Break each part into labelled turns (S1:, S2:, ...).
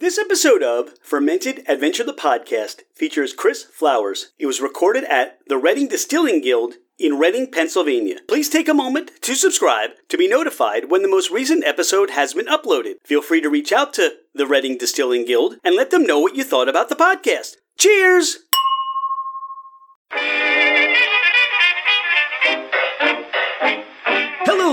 S1: This episode of Fermented Adventure the Podcast features Chris Flowers. It was recorded at the Reading Distilling Guild in Reading, Pennsylvania. Please take a moment to subscribe to be notified when the most recent episode has been uploaded. Feel free to reach out to the Reading Distilling Guild and let them know what you thought about the podcast. Cheers! Hello,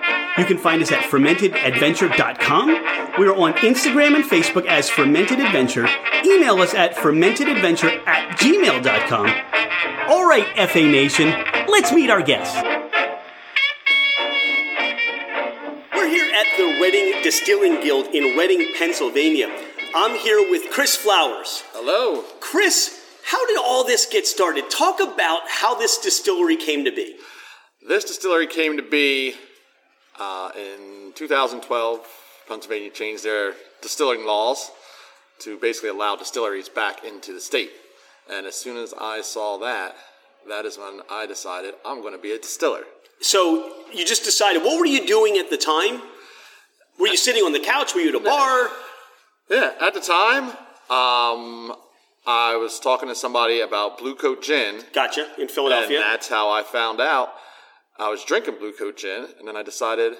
S1: You can find us at fermentedadventure.com. We are on Instagram and Facebook as Fermented Adventure. Email us at fermentedadventure at gmail.com. All right, FA Nation, let's meet our guests. We're here at the Reading Distilling Guild in Reading, Pennsylvania. I'm here with Chris Flowers.
S2: Hello.
S1: Chris, how did all this get started? Talk about how this distillery came to be.
S2: This distillery came to be uh, in 2012. Pennsylvania changed their distilling laws to basically allow distilleries back into the state. And as soon as I saw that, that is when I decided I'm going to be a distiller.
S1: So you just decided. What were you doing at the time? Were you sitting on the couch? Were you at a bar?
S2: Yeah, at the time, um, I was talking to somebody about Blue Coat Gin.
S1: Gotcha. In
S2: And
S1: Philadelphia.
S2: that's how I found out I was drinking Blue Coat Gin, and then I decided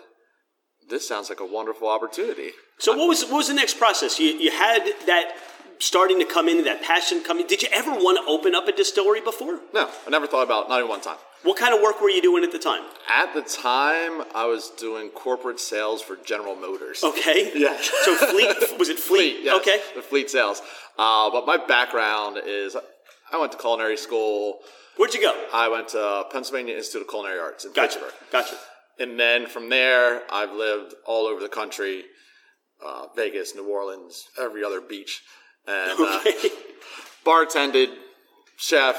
S2: this sounds like a wonderful opportunity.
S1: so what was what was the next process? You you had that starting to come in, that passion coming. Did you ever want to open up a distillery before?
S2: No, I never thought about it, not even one time.
S1: What kind of work were you doing at the time?
S2: At the time, I was doing corporate sales for General Motors.
S1: Okay. Yeah. so fleet was it fleet?
S2: Yes,
S1: Oh, Okay.
S2: The fleet sales. Uh, but my background is I went to culinary school.
S1: Where'd you go?
S2: I went to Pennsylvania Institute of Culinary Arts in
S1: Gotcha.
S2: Pittsburgh.
S1: Gotcha.
S2: And then from there, I've lived all over the country uh, Vegas, New Orleans, every other beach. And uh, bartended, chef,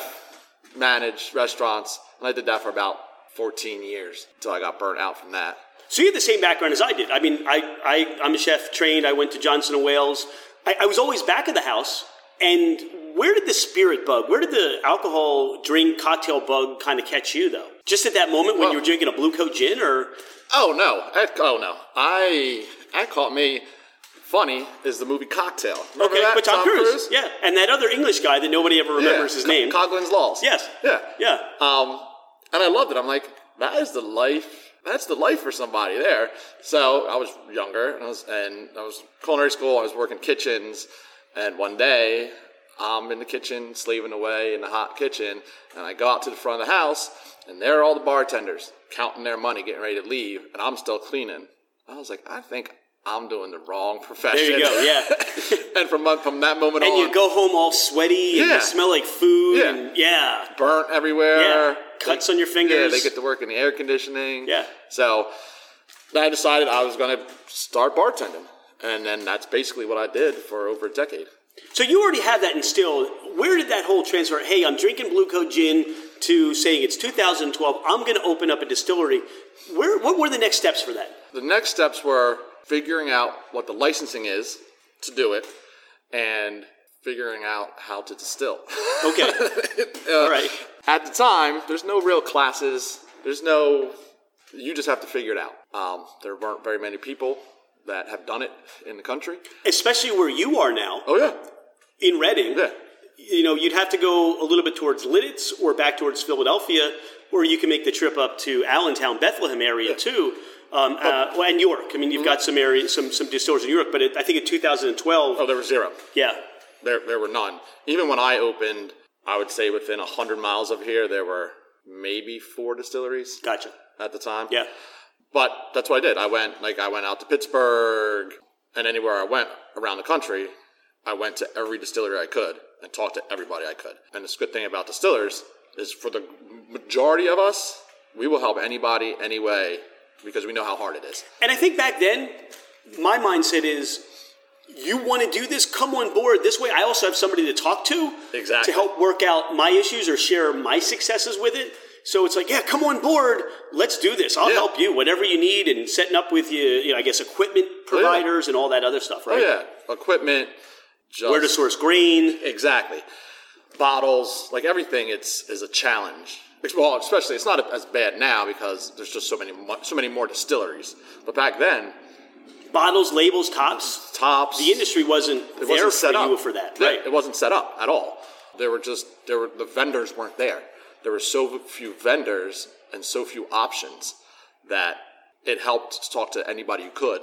S2: managed restaurants. And I did that for about 14 years until I got burnt out from that.
S1: So you had the same background as I did. I mean, I, I I'm a chef trained. I went to Johnson and Wales. I, I was always back of the house. And where did the spirit bug? Where did the alcohol drink cocktail bug kind of catch you though? Just at that moment when you were drinking a blue coat gin, or
S2: Oh no! That, oh no! I that caught me. Funny is the movie Cocktail. Remember
S1: okay,
S2: that?
S1: but Tom, Cruise.
S2: Cruise?
S1: yeah, and that other English guy that nobody ever remembers his
S2: Co-
S1: name.
S2: Coughlin's Laws.
S1: Yes.
S2: Yeah.
S1: yeah.
S2: Um, and I loved it. I'm like, that is the life. That's the life for somebody there. So I was younger, and I was, and I was culinary school. I was working kitchens, and one day I'm in the kitchen, slaving away in the hot kitchen, and I go out to the front of the house, and there are all the bartenders counting their money, getting ready to leave, and I'm still cleaning. I was like, I think I'm doing the wrong profession.
S1: There you go. Yeah.
S2: and from from that moment
S1: And
S2: on,
S1: you go home all sweaty and
S2: Yeah.
S1: you smell like food.
S2: Yeah.
S1: And yeah.
S2: burnt everywhere.
S1: Yeah, cuts
S2: They-
S1: on your fingers.
S2: Yeah, they get to work in the air conditioning.
S1: Yeah.
S2: So I decided I was going to start bartending. And then that's basically what I did for over a decade.
S1: So you already had that instilled. Where did that whole transfer? Hey, I'm drinking Blue Coat Gin to saying it's 2012. I'm going to open up a distillery. Where? What were the next steps for that?
S2: The next steps were figuring out what the licensing is to do it and figuring out how to distill.
S1: Okay.
S2: Uh,
S1: All right.
S2: At the time, there's no real classes. There's no. You just have to figure it out. Um, there weren't very many people that have done it in the country.
S1: Especially where you are now
S2: Oh, yeah.
S1: in Reading.
S2: Yeah.
S1: You know, you'd have to go a little bit towards Lidditz or back towards Philadelphia, or you can make the trip up to Allentown, Bethlehem area too. Um,
S2: Oh.
S1: uh, well, and York. I mean, you've
S2: Mm-hmm.
S1: got some area, some some distillers in York, but it, I think in 2012,
S2: Oh, there were zero.
S1: yeah,
S2: There, there were none. Even when I opened, I would say within 100 miles of here, there were maybe four distilleries
S1: gotcha,
S2: at the time.
S1: yeah.
S2: But that's what I did. I went, like, I went out to Pittsburgh, And anywhere I went around the country, I went to every distillery I could and talked to everybody I could. And the good thing about distillers is for the majority of us, we will help anybody any way because we know how hard it is.
S1: And I think back then, my mindset is you want to do this, come on board. This way, I also have somebody to talk to
S2: Exactly.
S1: to help work out my issues or share my successes with it. So it's like, yeah, come on board. Let's do this. I'll
S2: Yeah.
S1: help you, whatever you need, and setting up with you, you know, I guess, equipment providers and all that other stuff, right?
S2: Oh, Yeah, equipment, just
S1: Where to source grain.
S2: Exactly. Bottles, like everything, it's is a challenge. It's- Well, especially it's not as bad now because there's just so many mo- so many more distilleries. But back then,
S1: bottles, labels, tops.
S2: tops
S1: The industry wasn't
S2: it
S1: there
S2: wasn't
S1: for
S2: set up
S1: you for that,
S2: Yeah,
S1: right?
S2: It wasn't set up at all. There were just there were the vendors weren't there. There were so few vendors and so few options that it helped to talk to anybody you could.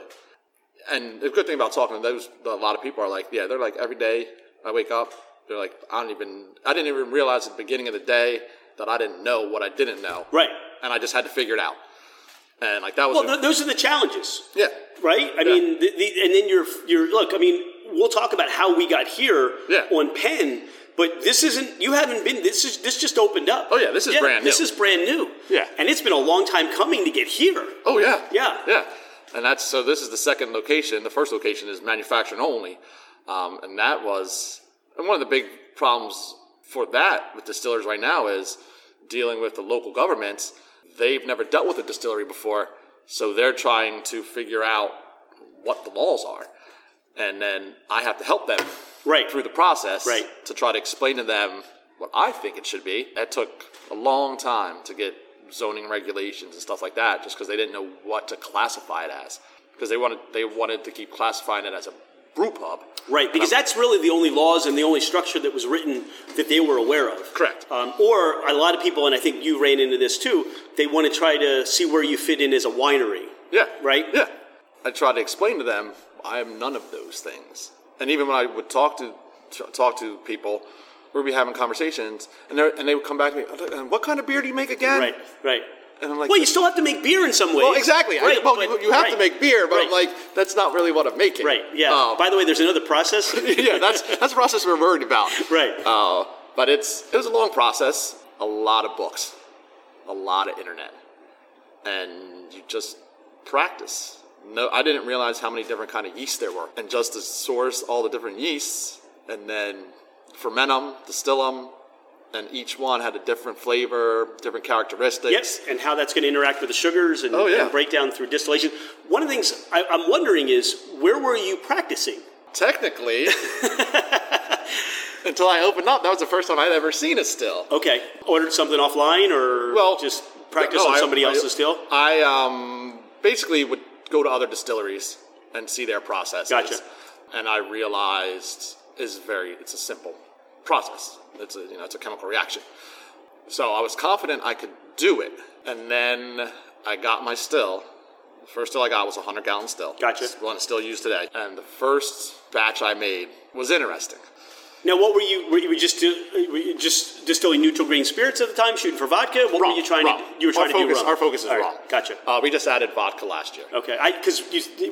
S2: And the good thing about talking to those, a lot of people are like, yeah, they're like every day I wake up, they're like, I don't even, I didn't even realize at the beginning of the day that I didn't know what I didn't know,
S1: Right.
S2: and I just had to figure it out. And like that was,
S1: Well,
S2: a-
S1: th- those are the challenges,
S2: yeah,
S1: right? I mean, the, the, and then you're, you're, look, I mean, we'll talk about how we got here
S2: Yeah.
S1: on Penn, but this isn't, you haven't been, this is, this just opened up.
S2: Oh, yeah, this is brand
S1: This
S2: new.
S1: is brand new.
S2: Yeah.
S1: And it's been a long time coming to get here.
S2: Oh yeah,
S1: Yeah.
S2: yeah. And that's so. This is the second location. The first location is manufacturing only, um, and that was and one of the big problems for that with distillers right now is dealing with the local governments. They've never dealt with a distillery before, so they're trying to figure out what the laws are, and then I have to help them
S1: Right.
S2: through the process
S1: Right.
S2: to try to explain to them what I think it should be. That took a long time to get zoning regulations and stuff like that, just because they didn't know what to classify it as, because they wanted they wanted to keep classifying it as a brew pub.
S1: Right, because that's really the only laws and the only structure that was written that they were aware of.
S2: Correct.
S1: Um, or a lot of people, and I think you ran into this too, they want to try to see where you fit in as a winery.
S2: Yeah.
S1: Right?
S2: Yeah. I tried to explain to them I am none of those things. And even when I would talk to t- talk to people, we'd be having conversations, and, they're- and they would come back to me. "And What kind of beer do you make again?
S1: Right, right.
S2: And I'm like,
S1: Well, you still have to make beer in some ways.
S2: Well, exactly. I-
S1: Right,
S2: well,
S1: but-
S2: you, you have to
S1: right,
S2: make beer, but I'm
S1: right,
S2: like, that's not really what I'm making.
S1: right, yeah.
S2: Uh,
S1: By the way, there's another process.
S2: yeah, that's that's the process we're worried about.
S1: Right.
S2: Uh, but it's it was a long process, a lot of books, a lot of internet, and you just practice. No, I didn't realize how many different kind of yeasts there were, and just to source all the different yeasts and then ferment them, distill them, and each one had a different flavor, different characteristics.
S1: Yep, and how that's going to interact with the sugars and,
S2: Oh, yeah.
S1: and break down through distillation. One of the things I, I'm wondering is where were you practicing?
S2: Technically, until I opened up, that was the first time I'd ever seen a still.
S1: Okay, ordered something offline or
S2: Well,
S1: just practice
S2: no,
S1: on
S2: I-
S1: somebody
S2: I-
S1: else's still?
S2: I um, basically would go to other distilleries and see their processes.
S1: Gotcha.
S2: And I realized is very it's a simple process. It's a you know it's a chemical reaction. So I was confident I could do it, and then I got my still. The first still I got was a hundred gallon still.
S1: Gotcha.
S2: It's the One I still use today, and the first batch I made was interesting.
S1: Now, what were you? Were you just do- were you just distilling neutral green spirits at the time, shooting for vodka? What were
S2: Rum,
S1: you trying
S2: rum.
S1: to? You were
S2: Our
S1: trying
S2: focus-
S1: to do rum.
S2: Our focus is
S1: All right,
S2: rum.
S1: Gotcha.
S2: Uh, we just added vodka last year.
S1: Okay, because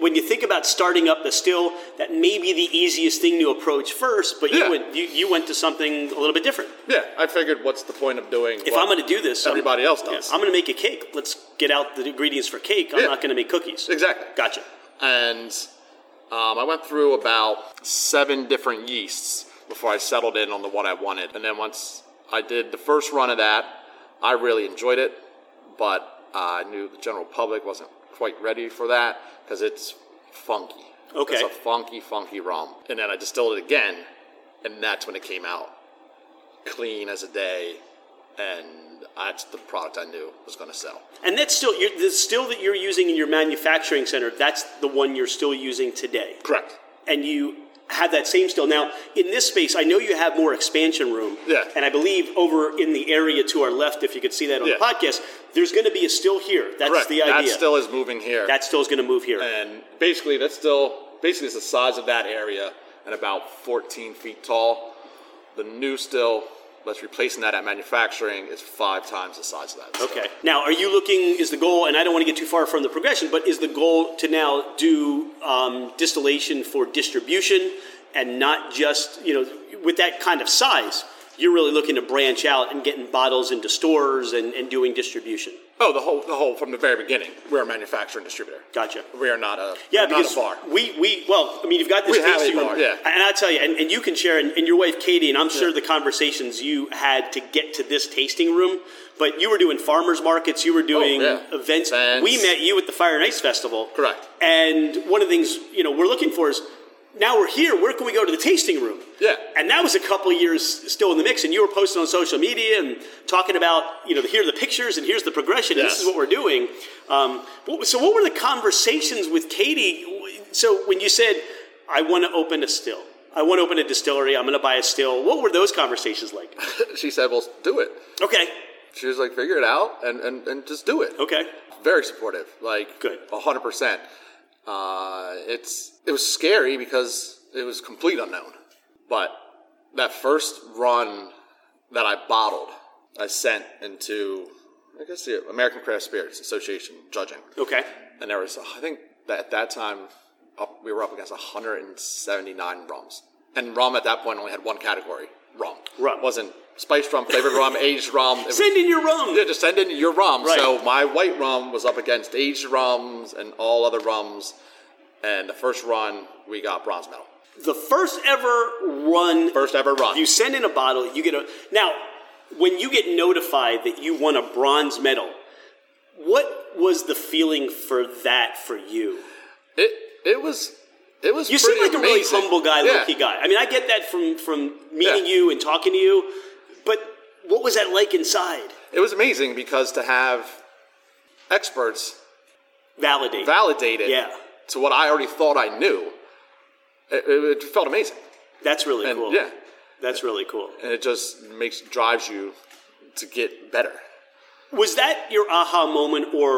S1: when you think about starting up the still, that may be the easiest thing to approach first. But
S2: Yeah.
S1: you went you, you went to something a little bit different.
S2: Yeah, I figured what's the point of doing?
S1: If
S2: what-
S1: I'm going to do this, I'm-
S2: everybody else
S1: yeah,
S2: does.
S1: I'm going to make a cake. Let's get out the ingredients for cake. I'm
S2: Yeah.
S1: not going to make cookies.
S2: exactly.
S1: Gotcha.
S2: And um, I went through about seven different yeasts before I settled in on the one I wanted. And then once I did the first run of that, I really enjoyed it, but uh, I knew the general public wasn't quite ready for that because it's funky.
S1: Okay.
S2: It's a funky, funky rum. And then I distilled it again, and that's when it came out clean as a day. And that's the product I knew was going to sell.
S1: And that's still you're, the still that you're using in your manufacturing center. That's the one you're still using today.
S2: Correct.
S1: and you have that same still. Now, in this space, I know you have more expansion room.
S2: Yeah.
S1: And I believe over in the area to our left, if you could see that on
S2: Yeah.
S1: the podcast, there's going to be a still here. That's
S2: Correct.
S1: the idea.
S2: That still is moving here.
S1: that still is going to move here.
S2: and basically that's still basically it's the size of that area and about 14 feet tall. The new still Let's replacing that at manufacturing is five times the size of that. So
S1: Okay. Now, are you looking? Is the goal? And I don't want to get too far from the progression, but is the goal to now do um, distillation for distribution and not just you know with that kind of size? You're really looking to branch out and getting bottles into stores and, and doing distribution.
S2: Oh, the whole the whole from the very beginning. We're a manufacturer and distributor.
S1: Gotcha.
S2: We are not a
S1: Yeah,
S2: we're not
S1: because
S2: a bar.
S1: we we well, I mean, you've got this
S2: We have
S1: tasting
S2: a
S1: room,
S2: bar, yeah.
S1: and I tell you, and, and you can share, and, and your wife Katie, and I'm sure the conversations you had to get to this tasting room. But you were doing farmers markets, you were doing
S2: Oh, yeah.
S1: events.
S2: Events.
S1: We met you at the Fire and Ice Festival,
S2: Correct.
S1: And one of the things you know we're looking for is now we're here. Where can we go to the tasting room?
S2: Yeah.
S1: and that was a couple of years still in the mix. And you were posting on social media and talking about you know here are the pictures and here's the progression. This
S2: Yes.
S1: is what we're doing. Um, what, so, what were the conversations with Katie? So, when you said, I want to open a still, I want to open a distillery, I'm going to buy a still, what were those conversations like?
S2: she said, "Well, do it."
S1: Okay,
S2: She was like, "Figure it out and and, and just do it."
S1: okay,
S2: Very supportive. Like
S1: Good.
S2: hundred percent. Uh, it's it was scary because it was complete unknown, but that first run that I bottled, I sent into I guess the American Craft Spirits Association judging.
S1: okay.
S2: and there was I think that at that time up, we were up against 179 rums, and rum at that point only had one category: rum.
S1: Rum.
S2: It wasn't spiced rum, flavored rum, aged rum. It was-
S1: Send in your rum.
S2: yeah, just send in your rum.
S1: Right.
S2: So my white rum was up against aged rums and all other rums, and the first run we got bronze medal,
S1: The first ever run
S2: first ever run.
S1: You send in a bottle, you get a. Now, when you get notified that you won a bronze medal, what was the feeling for that for you?
S2: it it was it was
S1: You seem
S2: pretty
S1: like a really
S2: amazing.
S1: humble guy,
S2: Yeah.
S1: low key guy. I mean, I get that from from meeting
S2: Yeah.
S1: you and talking to you, but what was that like inside?
S2: It was amazing because to have experts
S1: Validate.
S2: validate it
S1: Yeah.
S2: to what I already thought I knew, it, it, it felt amazing.
S1: That's really
S2: And
S1: cool.
S2: yeah,
S1: That's really cool.
S2: and it just makes drives you to get better.
S1: Was that your aha moment, or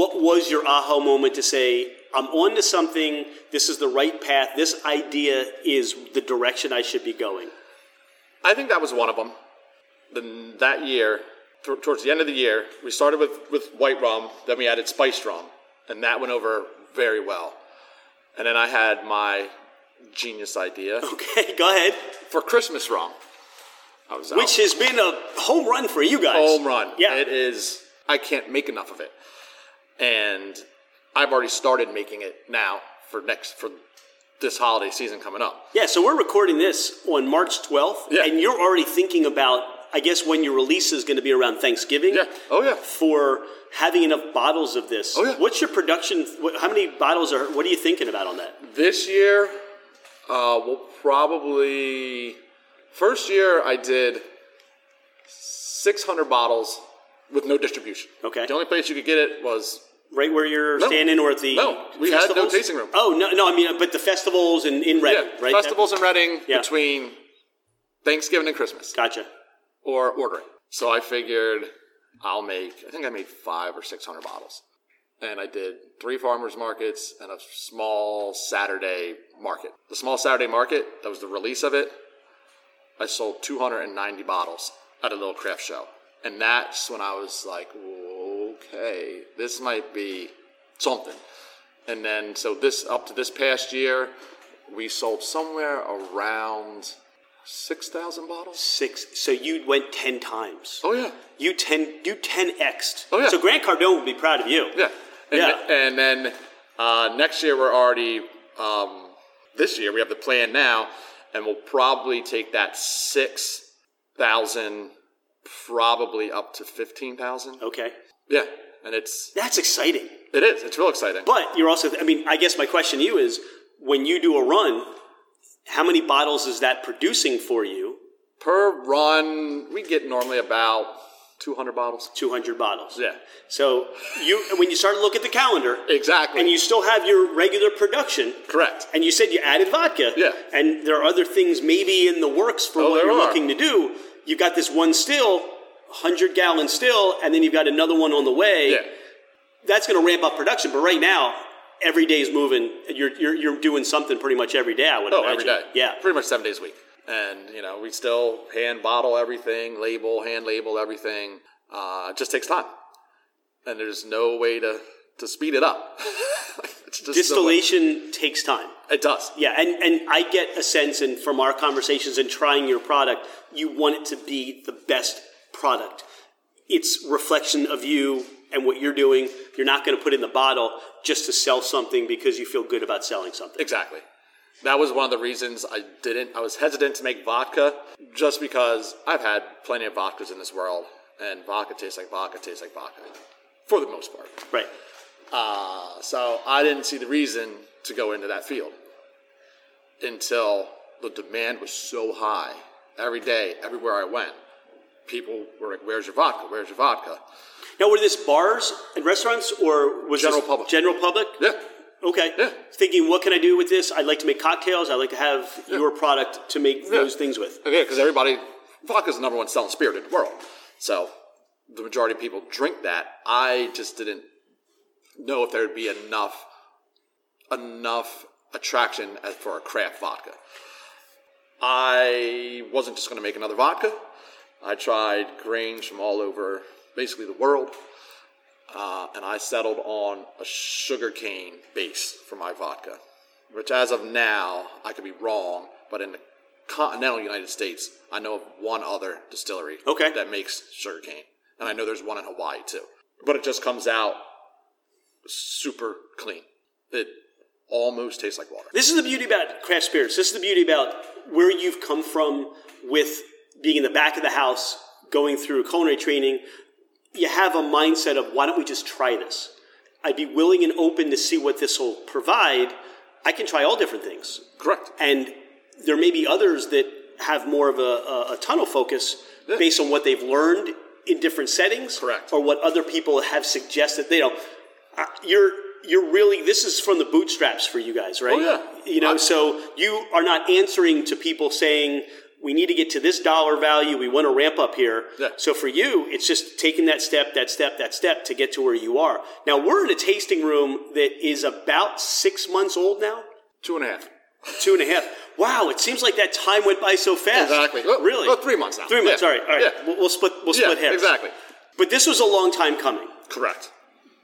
S1: what was your aha moment to say, I'm on to something, this is the right path, this idea is the direction I should be going?
S2: I think that was one of them. Then that year, t- towards the end of the year, we started with, with white rum, then we added spiced rum, and that went over very well. And then I had my genius idea
S1: Okay, go ahead.
S2: for Christmas rum. I was out.
S1: Which has been a home run for you guys.
S2: home run.
S1: Yeah.
S2: It is I can't make enough of it. And I've already started making it now for next for this holiday season coming up.
S1: Yeah, so we're recording this on March 12th,
S2: Yeah.
S1: and you're already thinking about, I guess, when your release is going to be around Thanksgiving.
S2: Yeah. Oh yeah.
S1: For having enough bottles of this.
S2: Oh, yeah.
S1: What's your production? What, how many bottles are, what are you thinking about on that?
S2: This year uh we'll probably first year I did 600 bottles with no distribution.
S1: Okay.
S2: The only place you could get it was
S1: Right where you're standing, or at the
S2: No, we had no
S1: festivals?
S2: tasting room.
S1: Oh no, no, I mean, but the festivals and in Reading,
S2: yeah,
S1: right?
S2: festivals in Reading
S1: Yeah.
S2: between Thanksgiving and Christmas.
S1: Gotcha.
S2: or ordering. So I figured I'll make, I think I made five or 600 bottles. And I did three farmers markets and a small Saturday market. The small Saturday market, that was the release of it. I sold 290 bottles at a little craft show. And that's when I was like, okay, this might be something. And then, so this, up to this past year, we sold somewhere around 6,000 bottles.
S1: Six. So you went ten times.
S2: Oh yeah,
S1: You ten. You ten xed.
S2: Oh, yeah.
S1: So Grant Cardone would be proud of you.
S2: yeah, and,
S1: Yeah.
S2: and then uh, next year we're already um, this year we have the plan now, and we'll probably take that six thousand, probably up to fifteen thousand.
S1: Okay.
S2: Yeah, and it's
S1: That's exciting.
S2: it is it's real exciting.
S1: But you're also. I mean, I guess my question to you is, when you do a run, how many bottles is that producing for you?
S2: per run, we get normally about two hundred bottles.
S1: Two hundred bottles.
S2: Yeah,
S1: So you, when you start to look at the calendar,
S2: exactly.
S1: and you still have your regular production.
S2: correct.
S1: And you said you added vodka.
S2: Yeah.
S1: And there are other things maybe in the works for
S2: Oh,
S1: what
S2: there
S1: you're
S2: are.
S1: looking to do. You've got this one still, 100 gallon still, and then you've got another one on the way.
S2: Yeah,
S1: That's going to ramp up production. But right now, every day's moving. You're, you're, you're doing something pretty much every day, I would
S2: oh,
S1: imagine.
S2: every day.
S1: Yeah.
S2: pretty much seven days a week. and you know we still hand bottle everything, label, hand label everything. Uh, it just takes time, and there's no way to to speed it up. It's just so much-
S1: Distillation takes time.
S2: it does.
S1: Yeah, and, and I get a sense, and from our conversations and trying your product, you want it to be the best product. It's reflection of you and what you're doing. You're not going to put it in the bottle just to sell something because you feel good about selling something.
S2: Exactly. That was one of the reasons I didn't. I was hesitant to make vodka just because I've had plenty of vodkas in this world, and vodka tastes like vodka tastes like vodka for the most part.
S1: Right.
S2: Uh, so I didn't see the reason to go into that field until the demand was so high. Every day, everywhere I went, people were like, "Where's your vodka? Where's your vodka?"
S1: Now, were this bars and restaurants, or was
S2: General
S1: this
S2: public.
S1: General public.
S2: Yeah.
S1: Okay.
S2: Yeah.
S1: Thinking, what can I do with this? I'd like to make cocktails. I'd like to have your product to make those things with.
S2: Okay, because Oh, everybody, vodka is the number one selling spirit in the world. So the majority of people drink that. I just didn't know if there would be enough enough attraction as for a craft vodka. I wasn't just going to make another vodka. I tried grains from all over, basically the world, uh, and I settled on a sugarcane base for my vodka, which, as of now, I could be wrong, but in the continental United States, I know of one other distillery
S1: Okay.
S2: that makes sugarcane, and I know there's one in Hawaii too. But it just comes out super clean. It almost tastes like water.
S1: This is the beauty about craft spirits. This is the beauty about where you've come from with being in the back of the house, going through culinary training. You have a mindset of why don't we just try this? I'd be willing and open to see what this will provide. I can try all different things.
S2: Correct.
S1: And there may be others that have more of a, a, a tunnel focus based on what they've learned in different settings,
S2: Correct.
S1: or what other people have suggested. They know uh, you're you're really this is from the bootstraps for you guys, right?
S2: Oh, yeah.
S1: You know,
S2: I-
S1: so you are not answering to people saying we need to get to this dollar value. We want to ramp up here.
S2: Yeah.
S1: So for you, it's just taking that step, that step, that step to get to where you are. Now we're in a tasting room that is about six months old now
S2: Two and a half.
S1: two and a half. Wow, it seems like that time went by so fast.
S2: Exactly. Well,
S1: really?
S2: well, three months now.
S1: Three months.
S2: Yeah.
S1: All right. All right.
S2: Yeah.
S1: We'll, we'll split. We'll
S2: Yeah,
S1: split hairs.
S2: exactly.
S1: But this was a long time coming.
S2: Correct.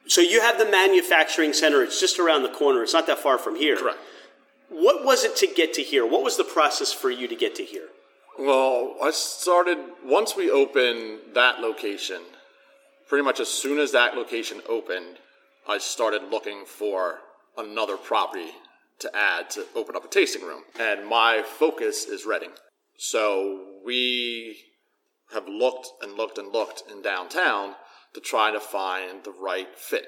S1: So you have the manufacturing center. It's just around the corner. It's not that far from here.
S2: Correct.
S1: What was it to get to here? What was the process for you to get to here?
S2: Well, I started once we opened that location. Pretty much as soon as that location opened, I started looking for another property to add to open up a tasting room. And my focus is Reading. So we have looked and looked and looked in downtown to try to find the right fit.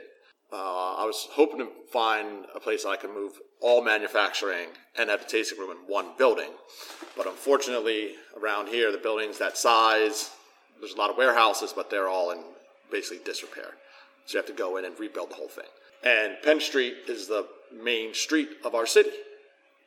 S2: Uh, I was hoping to find a place that I could move all manufacturing and have the tasting room in one building. But unfortunately, around here, the building's that size, there's a lot of warehouses, but they're all in basically disrepair. So you have to go in and rebuild the whole thing. And Penn Street is the main street of our city.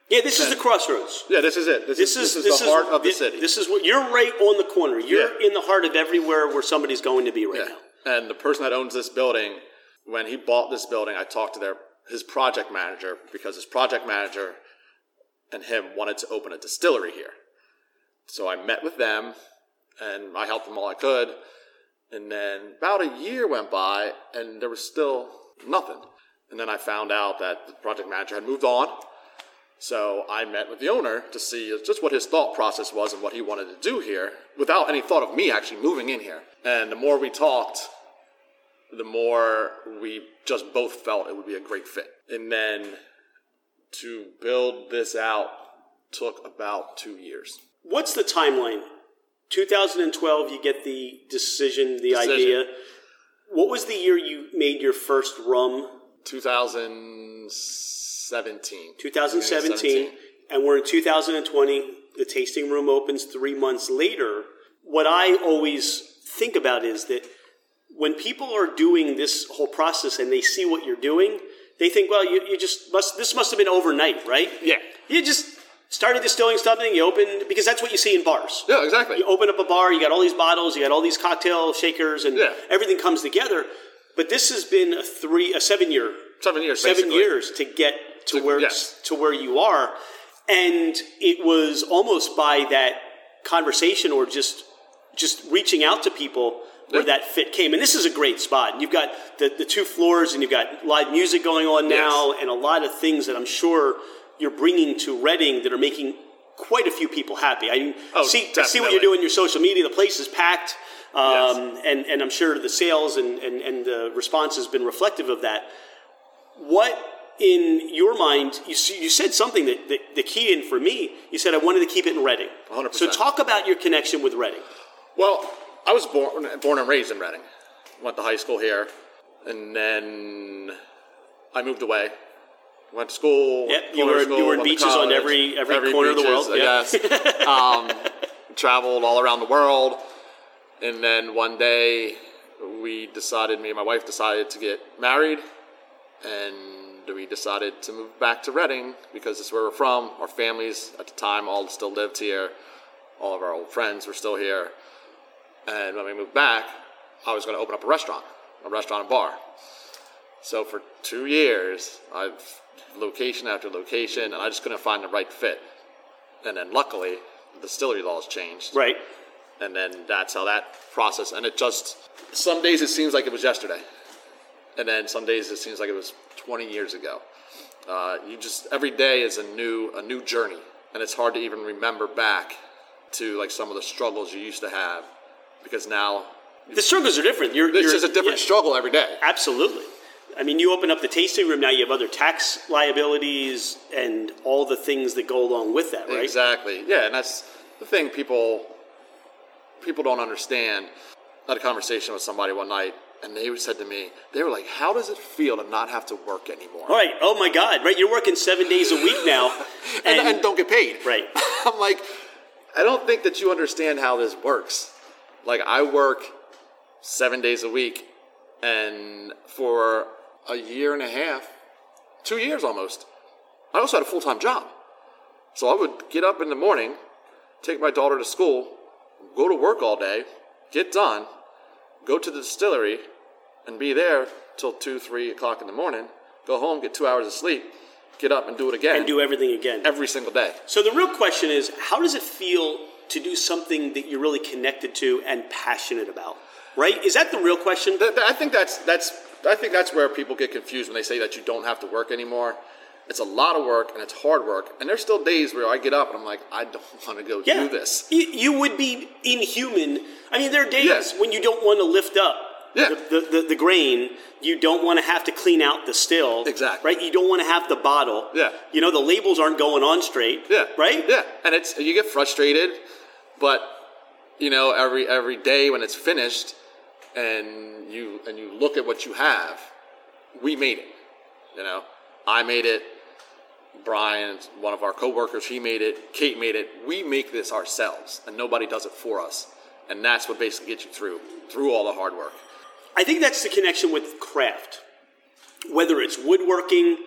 S1: Yeah, this is the crossroads.
S2: Yeah, this is it. This,
S1: This
S2: is,
S1: is
S2: this is the heart of the
S1: thi-
S2: city.
S1: This is what you're right on the corner. You're
S2: Yeah.
S1: in the heart of everywhere where somebody's going to be right now.
S2: And the person that owns this building, when he bought this building, I talked to their his project manager because his project manager and him wanted to open a distillery here. So I met with them and I helped them all I could. And then about a year went by and there was still nothing. And then I found out that the project manager had moved on. So I met with the owner to see just what his thought process was and what he wanted to do here without any thought of me actually moving in here. And the more we talked, the more we just both felt it would be a great fit. And then to build this out took about two years.
S1: What's the timeline? 2012, you get the decision, the
S2: Decision.
S1: idea. What was the year you made your first rum?
S2: 2017.
S1: 2017,
S2: 2017.
S1: and we're in 2020. The tasting room opens three months later. What I always think about is that when people are doing this whole process and they see what you're doing, they think, well, you, you just must, this must have been overnight, right?
S2: Yeah.
S1: You just started distilling something, you opened, because that's what you see in bars.
S2: Yeah, exactly.
S1: you open up a bar, you got all these bottles, you got all these cocktail shakers, and
S2: Yeah.
S1: everything comes together. But this has been a three, a seven year,
S2: Seven years.
S1: seven
S2: basically.
S1: years to get to, where it's- to where you are, and it was almost by that conversation or just just reaching out to people where
S2: Yeah.
S1: that fit came. And this is a great spot. And you've got the, the two floors, and you've got live music going on now, and a lot of things that I'm sure you're bringing to Reading that are making quite a few people happy. I see I
S2: Oh,
S1: see what
S2: definitely.
S1: you're doing. Your social media, the place is packed,
S2: Yes.
S1: um, and and I'm sure the sales and, and and the response has been reflective of that. What in your mind? You s- you said something that, that the key in for me. You said I wanted to keep it in Reading.
S2: 100%.
S1: So talk about your connection with Reading.
S2: Well, I was born born and raised in Reading. Went to high school here, and then I moved away. Went to school.
S1: Yep,
S2: went to
S1: you were-
S2: school,
S1: you were in
S2: went to
S1: beaches on
S2: college,
S1: every- every corner of the world,
S2: I guess. um, traveled all around the world, and then one day we decided, me and my wife decided to get married, and we decided to move back to Reading because it's where we're from. Our families at the time all still lived here. All of our old friends were still here. And when we moved back, I was going to open up a restaurant, a restaurant and bar. So for two years, I've location after location, and I just couldn't find the right fit. And then luckily, the distillery laws changed,
S1: Right.
S2: and then that's how that process. And it just some days it seems like it was yesterday, and then some days it seems like it was 20 years ago. Uh, you just every day is a new a new journey, and it's hard to even remember back to like some of the struggles you used to have because now
S1: The struggles are different. You're,
S2: it's
S1: you're-
S2: just a different
S1: yeah,
S2: struggle every day.
S1: Absolutely. I mean, you open up the tasting room now. You have other tax liabilities and all the things that go along with that, right?
S2: Exactly. Yeah, and that's the thing people people don't understand. I had a conversation with somebody one night, and they said to me, they were like, "How does it feel to not have to work anymore?"
S1: All right. Oh my God. Right. You're working seven days a week now,
S2: and, and don't get paid.
S1: Right.
S2: I'm like, I don't think that you understand how this works. Like, I work seven days a week, and for a year and a half, two years almost, I also had a full time job. So I would get up in the morning, take my daughter to school, go to work all day, get done, go to the distillery, and be there till two, three o'clock in the morning. Go home, get two hours of sleep, get up and do it again
S1: and do everything again.
S2: every single day.
S1: So the real question is, how does it feel to do something that you're really connected to and passionate about? Right? Is that the real question?
S2: Th- th- I think that's that's I think that's where people get confused when they say that you don't have to work anymore. It's a lot of work and it's hard work. And there's still days where I get up and I'm like, I don't want to go do this.
S1: You, you would be inhuman. I mean, there are days
S2: Yes.
S1: when you don't want to lift up
S2: Yeah.
S1: the, the, the, the grain. You don't want to have to clean out the still.
S2: Exactly.
S1: Right? You don't want to have the bottle.
S2: Yeah.
S1: You know, the labels aren't going on straight.
S2: Yeah.
S1: Right?
S2: Yeah. And it's you get frustrated, but you know every every day when it's finished, and you and you look at what you have, we made it. You know, I made it. Brian, one of our coworkers, he made it. Kate made it. We make this ourselves, and nobody does it for us. And that's what basically gets you through through all the hard work.
S1: I think that's the connection with craft. Whether it's woodworking,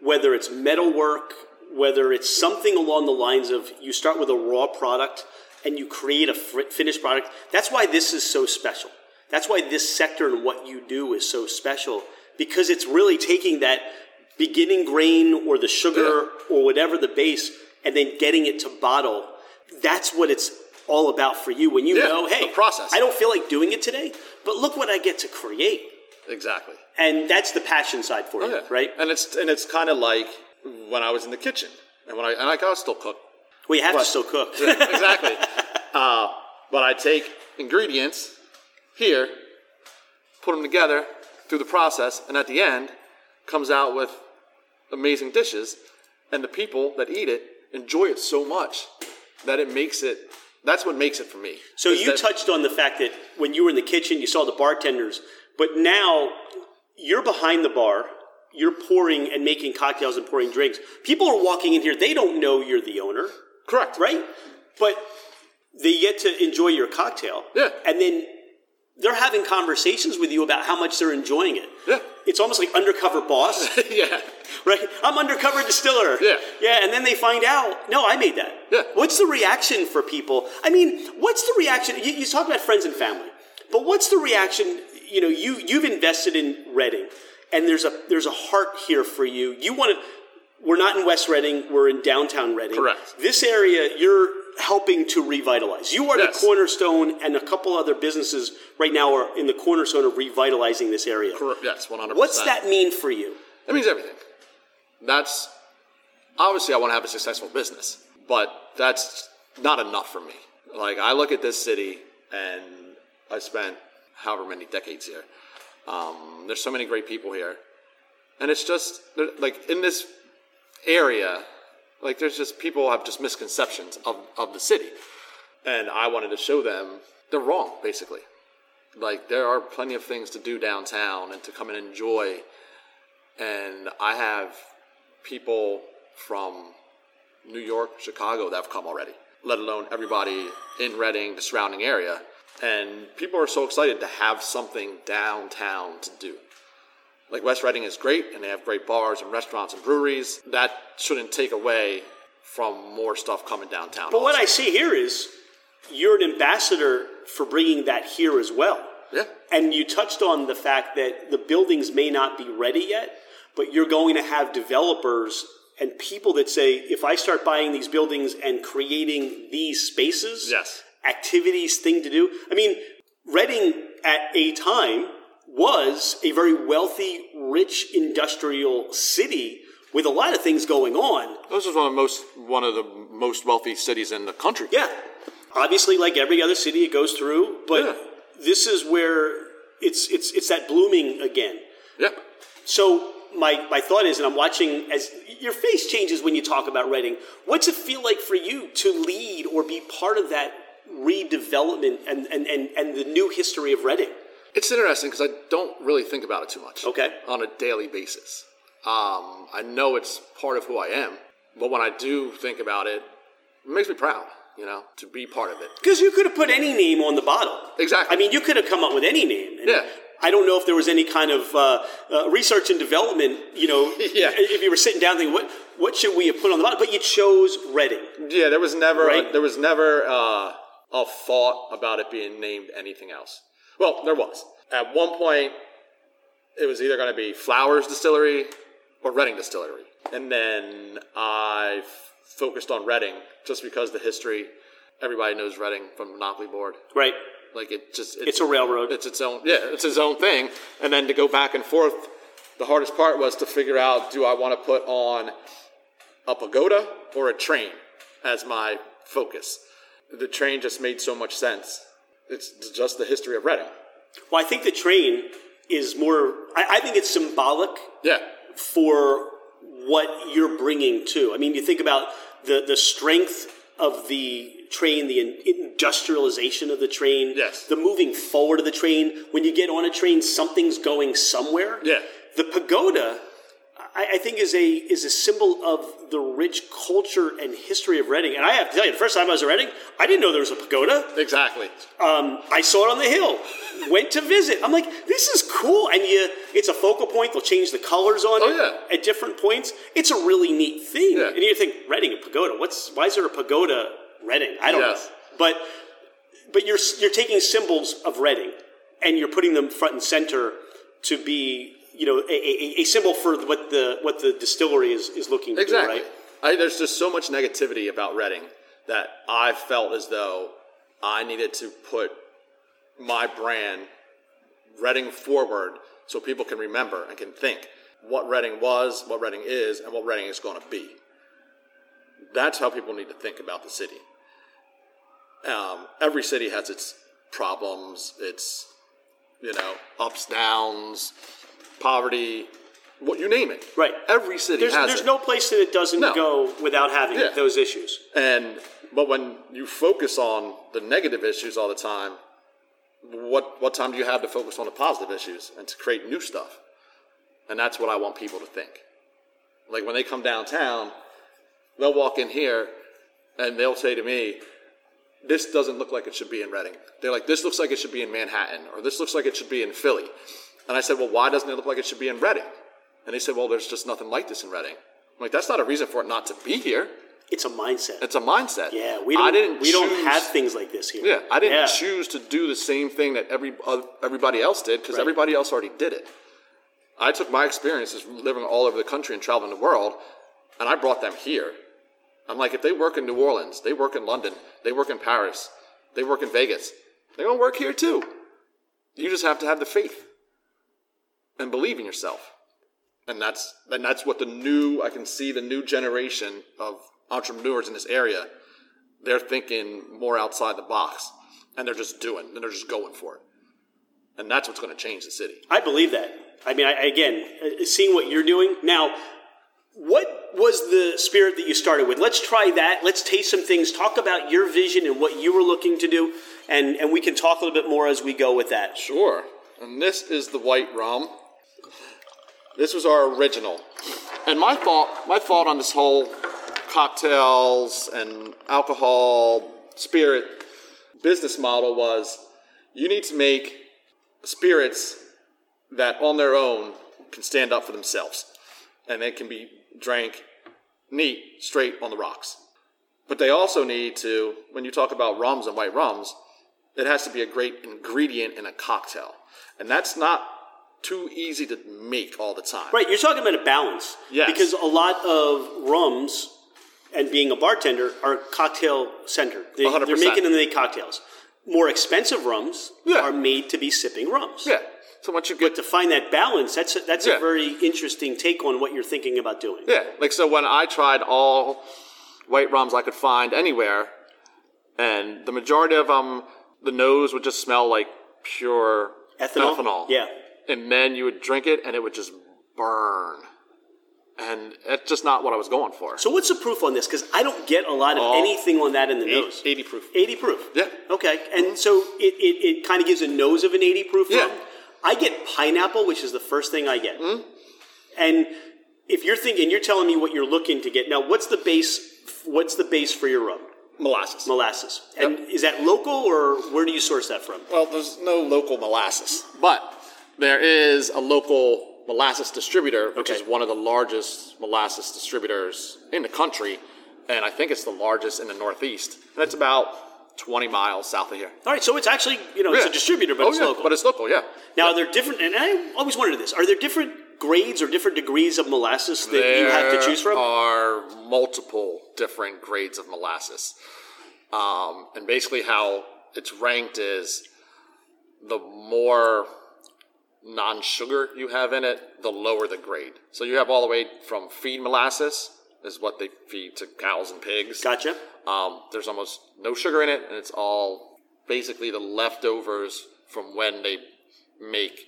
S1: whether it's metalwork, whether it's something along the lines of you start with a raw product and you create a fr- finished product. That's why this is so special. That's why this sector and what you do is so special because it's really taking that beginning grain or the sugar or whatever the base and then getting it to bottle. That's what it's all about for you when you
S2: Yeah,
S1: know, hey,
S2: the process.
S1: I don't don't feel like doing it today, but look what I get to create.
S2: Exactly.
S1: And that's the passion side for you,
S2: Oh, Yeah.
S1: right?
S2: And it's and it's kind of like when I was in the kitchen, and when I and like I still cook
S1: We have to still cook.
S2: exactly. Uh, but I take ingredients here, put them together through the process, and at the end, comes out with amazing dishes. And the people that eat it enjoy it so much that it makes it. That's what makes it for me.
S1: so
S2: Is
S1: you
S2: that-
S1: touched on the fact that when you were in the kitchen, you saw the bartenders, but now you're behind the bar, you're pouring and making cocktails and pouring drinks. People are walking in here, they don't know you're the owner,
S2: correct,
S1: right? But they get to enjoy your cocktail.
S2: Yeah.
S1: And then they're having conversations with you about how much they're enjoying it.
S2: Yeah.
S1: It's almost like undercover boss.
S2: yeah,
S1: right? I'm undercover distiller.
S2: Yeah.
S1: Yeah, and then they find out, no, I made that.
S2: Yeah.
S1: What's the reaction for people? I mean, what's the reaction? You, you talk about friends and family, but what's the reaction? You know, you you've invested in Reading, and there's a there's a heart here for you. You want to We're not in West Reading. We're in downtown Reading.
S2: Correct.
S1: This area you're helping to revitalize. You are
S2: Yes.
S1: the cornerstone, and a couple other businesses right now are in the cornerstone of revitalizing this area.
S2: Correct. Yes, one hundred.
S1: What's that mean for you?
S2: That means everything. That's obviously I want to have a successful business, but that's not enough for me. Like I look at this city, and I spent however many decades here. Um, there's so many great people here, and it's just there- like in this area, like there's just people have just misconceptions of of the city, and I wanted to show them they're wrong basically. Like there are plenty of things to do downtown and to come and enjoy and I have people from New York, Chicago that have come already, let alone everybody in Reading, the surrounding area. And people are so excited to have something downtown to do. Like West Reading is great, and they have great bars and restaurants and breweries. That shouldn't take away from more stuff coming downtown.
S1: But what I see here is you're an ambassador for bringing that here as well.
S2: yeah,
S1: And you touched on the fact that the buildings may not be ready yet, but you're going to have developers and people that say, if I start buying these buildings and creating these spaces,
S2: Yes.
S1: activities, thing to do. I mean, Reading at a time was a very wealthy, rich industrial city with a lot of things going on.
S2: this is one of the most one of the most wealthy cities in the country.
S1: Yeah. Obviously, like every other city, it goes through, but
S2: Yeah.
S1: this is where it's it's it's that blooming again.
S2: yeah,
S1: So my my thought is, and I'm watching as your face changes when you talk about Reading. What's it feel like for you to lead or be part of that redevelopment and and and, and the new history of Reading?
S2: it's interesting because I don't really think about it too much.
S1: Okay.
S2: on a daily basis. Um, I know it's part of who I am, but when I do think about it, it makes me proud, you know, to be part of it.
S1: Because you could have put any name on the bottle. I
S2: Exactly.
S1: mean, you could have come up with any name. And
S2: Yeah.
S1: I don't know if there was any kind of uh, uh, research and development. You know,
S2: Yeah.
S1: if you were sitting down thinking, what what should we have put on the bottle? But you chose Reading.
S2: Yeah, there was never
S1: Right.
S2: there was never uh, a thought about it being named anything else. Well, there was. At one point, it was either going to be Flowers Distillery or Reading Distillery, and then I f- focused on Reading just because the history. Everybody knows Reading from Monopoly Board.
S1: Right.
S2: Like it just
S1: It's a railroad.
S2: it's its own yeah it's its own thing and then to go back and forth the hardest part was to figure out do i want to put on a pagoda or a train as my focus the train just made so much sense it's just the history of reading
S1: Well, I think the train is more. I, I think it's symbolic
S2: yeah
S1: for what you're bringing to. I mean, you think about the the strength of the train, the in- industrialization of the train,
S2: Yes.
S1: the moving forward of the train. When you get on a train, something's going somewhere.
S2: Yeah.
S1: The pagoda, I, I think, is a is a symbol of the rich culture and history of Reading. And I have to tell you, the first time I was at Reading, I didn't know there was a pagoda.
S2: exactly
S1: Um, I saw it on the hill. Went to visit. I'm like, this is cool. And you, it's a focal point. They'll change the colors on
S2: Oh,
S1: it
S2: yeah.
S1: at different points. It's a really neat thing.
S2: Yeah.
S1: And you think Reading a pagoda. What's why is there a pagoda Reading? I don't
S2: Yes.
S1: know. But but you're you're taking symbols of Reading and you're putting them front and center to be you know a, a, a symbol for what the what the distillery is is looking
S2: exactly
S1: to do, right?
S2: I, there's just so much negativity about reading that i felt as though i needed to put my brand reading forward so people can remember and can think what reading was what reading is and what reading is going to be that's how people need to think about the city um, every city has its problems its you know ups downs poverty what you name it
S1: Right.
S2: every city
S1: There's,
S2: has
S1: there's
S2: it.
S1: no place that it doesn't
S2: No.
S1: go without having
S2: Yeah.
S1: those issues.
S2: And but when you focus on the negative issues all the time, what what time do you have to focus on the positive issues and to create new stuff? And that's what I want people to think. Like when they come downtown, they'll walk in here and they'll say to me, This doesn't look like it should be in Reading. They're like, This looks like it should be in Manhattan, or this looks like it should be in Philly. And I said, Well, why doesn't it look like it should be in Reading? And they said, Well, there's just nothing like this in Reading. I'm like, that's not a reason for it not to be here.
S1: It's a mindset.
S2: It's a mindset.
S1: Yeah, we don't.
S2: I didn't
S1: we don't
S2: choose-
S1: have things like this here.
S2: Yeah, I didn't
S1: Yeah.
S2: choose to do the same thing that every uh, everybody else did because everybody else already did it. I took my experiences from living all over the country and traveling the world and I brought them here. I'm like, if they work in New Orleans, they work in London, they work in Paris, they work in Vegas, they're going to work here too. You just have to have the faith and believe in yourself. And that's, and that's what the new, I can see the new generation of entrepreneurs in this area. They're thinking more outside the box and they're just doing, and they're just going for it. And that's what's going to change the city.
S1: I believe that. I mean, I, again, uh, seeing what you're doing now. What was the spirit that you started with? Let's try that. Let's taste some things. Talk about your vision and what you were looking to do, and and we can talk a little bit more as we go with that.
S2: Sure. And this is the white rum. This was our original. And my thought, my thought on this whole cocktails and alcohol spirit business model was you need to make spirits that on their own can stand up for themselves and they can be drank neat straight on the rocks. But they also need to, when you talk about rums and white rums, it has to be a great ingredient in a cocktail. And that's not too easy to make all the time.
S1: Right, you're talking about a balance.
S2: Yes.
S1: Because a lot of rums and being a bartender are cocktail centered. They, are
S2: 100%.
S1: making them make cocktails. More expensive rums
S2: Yeah.
S1: are made to be sipping rums.
S2: Yeah. So once you get
S1: To find that balance, that's a, that's a
S2: Yeah.
S1: very interesting take on what you're thinking about doing.
S2: Yeah, like so when I tried all white rums I could find anywhere, and the majority of them, the nose would just smell like pure
S1: Ethanol? Yeah.
S2: And then you would drink it and it would just burn. And that's just not what I was going for.
S1: So what's the proof on this? Because I don't get a lot of
S2: Oh.
S1: anything on that in the nose.
S2: 80 proof.
S1: 80 proof.
S2: Yeah.
S1: Okay. And so it, it, it kind of gives a nose of an 80 proof
S2: Yeah. Hmm?
S1: rum. I get pineapple, which is the first thing I get. And if you're thinking, you're telling me what you're looking to get. Now, what's the base? What's the base for your rum?
S2: Molasses.
S1: Molasses. And is that local or where do you source that from?
S2: Well, there's no local molasses, but there is a local molasses distributor, which
S1: Okay.
S2: is one of the largest molasses distributors in the country, and I think it's the largest in the Northeast. And it's about 20 miles south of here.
S1: All right. So it's actually, you know, it's a
S2: Yeah.
S1: distributor, but
S2: Oh,
S1: it's
S2: yeah,
S1: local.
S2: But it's local, yeah.
S1: now, are there different, and I always wondered this, are there different grades or different degrees of molasses that you have to choose from?
S2: There are uh, multiple different grades of molasses, um, and basically how it's ranked is the more non-sugar you have in it, the lower the grade. So you have all the way from feed molasses is what they feed to cows and pigs.
S1: Gotcha.
S2: Um, there's almost no sugar in it, and it's all basically the leftovers from when they make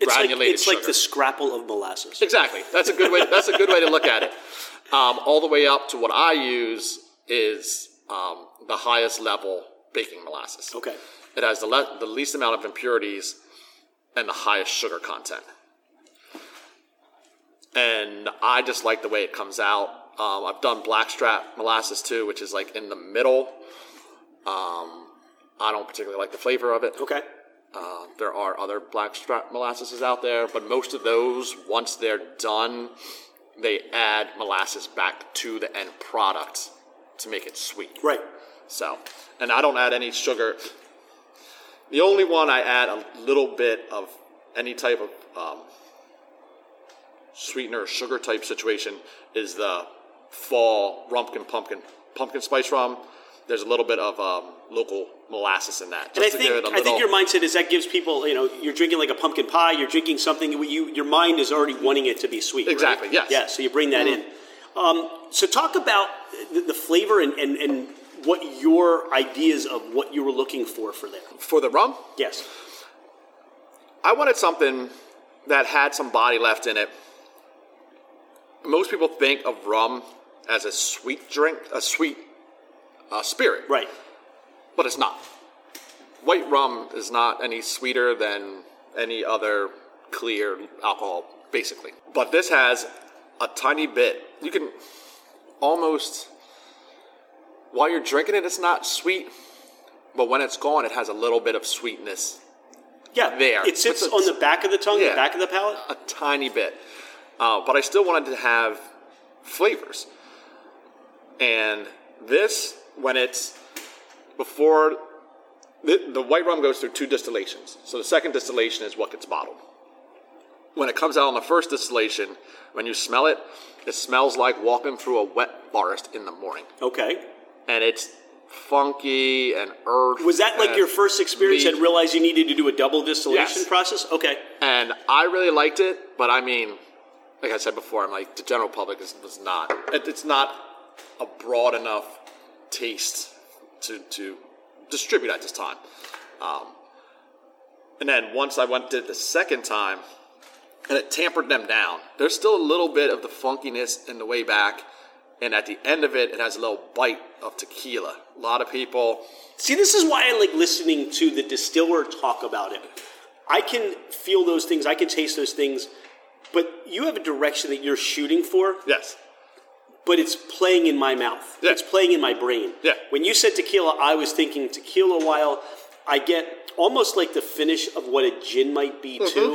S1: It's like,
S2: granulated
S1: it's
S2: sugar.
S1: like the scrapple of molasses.
S2: Exactly. That's a good way. That's a good way to look at it. Um, all the way up to what I use is um, the highest level baking molasses.
S1: Okay.
S2: It has the, le- the least amount of impurities and the highest sugar content. And I just like the way it comes out. Um, I've done blackstrap molasses too, which is like in the middle. Um, I don't particularly like the flavor of it.
S1: Okay.
S2: Uh, there are other blackstrap molasses out there, but most of those, once they're done, they add molasses back to the end product to make it sweet.
S1: Right.
S2: So, and I don't add any sugar. The only one I add a little bit of any type of um, sweetener, sugar type situation is the fall rumpkin pumpkin pumpkin spice rum. There's a little bit of um, local molasses in that.
S1: And I
S2: just to give
S1: think
S2: it a
S1: I think
S2: little-
S1: your mindset is that gives people you know you're drinking like a pumpkin pie, you're drinking something you your mind is already wanting it to be sweet. right?
S2: Exactly, yes.
S1: Yeah. So you bring that in. Um, so talk about the, the flavor and, and and what your ideas of what you were looking for for there.
S2: for the rum.
S1: Yes.
S2: I wanted something that had some body left in it. Most people think of rum as a sweet drink, a sweet uh, spirit,
S1: Right.
S2: but it's not. White rum is not any sweeter than any other clear alcohol, basically. But this has a tiny bit. You can almost, while you're drinking it, it's not sweet, but when it's gone, it has a little bit of sweetness
S1: Yeah.
S2: There.
S1: It sits
S2: What's
S1: on
S2: the-
S1: the back of the tongue, the
S2: Yeah.
S1: back of the palate.
S2: a tiny bit, uh, but I still wanted to have flavors. And this, when it's before the, the white rum goes through two distillations. So the second distillation is what gets bottled. when it comes out on the first distillation, when you smell it, it smells like walking through a wet forest in the morning,
S1: Okay.
S2: and it's funky and earth.
S1: Was that like
S2: and
S1: your first experience
S2: leaf.
S1: and realized you needed to do a double distillation
S2: Uh, Yes.
S1: process? Okay.
S2: and I really liked it, but I mean, like I said before, I'm like the general public is was not. It, it's not a broad enough taste to to distribute at this time. Um, and then once I went to it the second time, and it tampered them down. There's still a little bit of the funkiness in the way back, and at the end of it, it has a little bite of tequila. A lot of people,
S1: See, this is why I like listening to the distiller talk about it. I can feel those things, I can taste those things, but you have a direction that you're shooting for,
S2: yes,
S1: but it's playing in my mouth.
S2: Yeah.
S1: It's playing in my brain.
S2: Yeah.
S1: When you said tequila, I was thinking tequila while I get almost like the finish of what a gin might be
S2: Mm-hmm.
S1: too.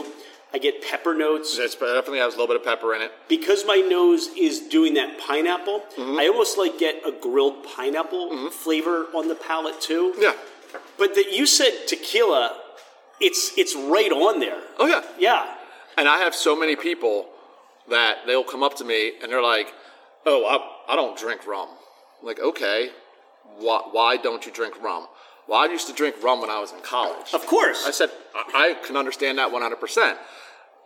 S1: I get pepper notes.
S2: it definitely has a little bit of pepper in it.
S1: because my nose is doing that pineapple,
S2: Mm-hmm.
S1: I almost like get a grilled pineapple flavor on the palate too.
S2: Yeah.
S1: But that you said tequila, it's it's right on there.
S2: Oh yeah.
S1: Yeah.
S2: And I have so many people that they'll come up to me and they're like, "Oh, I, I don't drink rum." I'm like, okay, why, why don't you drink rum? Well, I used to drink rum when I was in college.
S1: Of course.
S2: I said, I I can understand that 100%. Uh,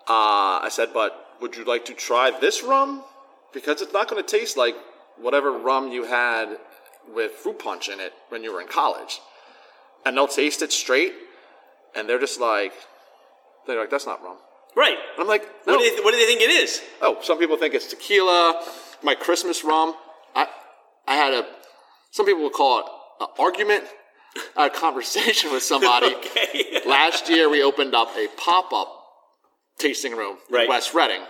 S2: I said, but would you like to try this rum? Because it's not going to taste like whatever rum you had with fruit punch in it when you were in college. And they'll taste it straight, and they're just like, they're like, that's not rum.
S1: right.
S2: And I'm like, no.
S1: What, do they, what do they think it is?
S2: Oh, some people think it's tequila, my Christmas rum. I, I had a, some people would call it an argument, a conversation with somebody.
S1: Okay.
S2: Last year, we opened up a pop up tasting room
S1: Right.
S2: in West Reading.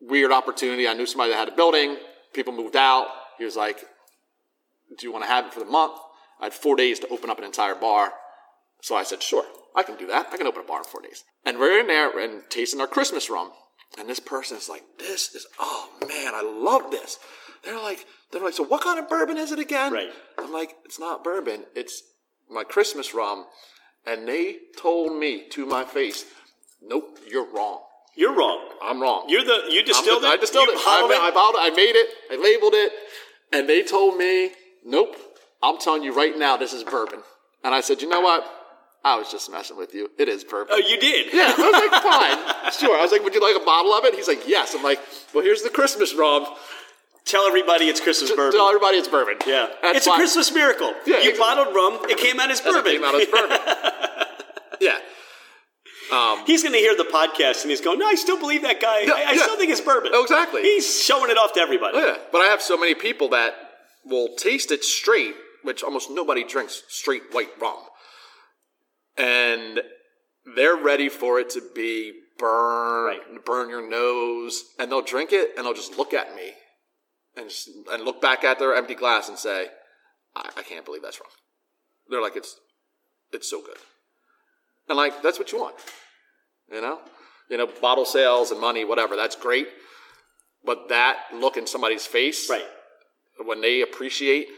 S2: Weird opportunity. I knew somebody that had a building. People moved out. He was like, Do you want to have it for the month? I had four days to open up an entire bar. So I said, Sure, I can do that. I can open a bar in four days. And we're in there and tasting our Christmas rum. And this person is like, This is, oh man, I love this. They're like, they're like, so what kind of bourbon is it again?
S1: Right.
S2: I'm like, it's not bourbon, it's my Christmas rum. And they told me to my face, nope, you're wrong.
S1: You're wrong.
S2: I'm wrong.
S1: You're the you
S2: I'm
S1: distilled
S2: the-
S1: it.
S2: I distilled
S1: you
S2: it. I,
S1: bottled
S2: ma- I bottled it. I made it. I labeled it. And they told me, nope, I'm telling you right now, this is bourbon. And I said, you know what? I was just messing with you. It is bourbon.
S1: Oh, you did.
S2: Yeah, I was like, fine, sure. I was like, would you like a bottle of it? He's like, yes. I'm like, well, here's the Christmas rum.
S1: Tell everybody it's Christmas bourbon.
S2: Tell everybody it's bourbon.
S1: yeah.
S2: That's
S1: it's a
S2: fine.
S1: Christmas miracle.
S2: Yeah,
S1: you
S2: exactly.
S1: bottled rum. It came out as
S2: That's what
S1: bourbon.
S2: came out as bourbon. yeah.
S1: He's going to hear the podcast and he's going, "No, I still believe that guy. I, I
S2: yeah.
S1: still think it's bourbon."
S2: Oh, exactly.
S1: He's showing it off to everybody.
S2: Yeah, Eh, but I have so many people that will taste it straight, which almost nobody drinks straight white rum, and they're ready for it to be burn,
S1: Right.
S2: burn your nose, and they'll drink it and they'll just look at me and just, and look back at their empty glass and say, I, "I can't believe that's wrong." They're like, "It's it's so good," and like that's what you want, you know. You know, bottle sales and money, whatever, that's great. But that look in somebody's face,
S1: Right.
S2: when they appreciate,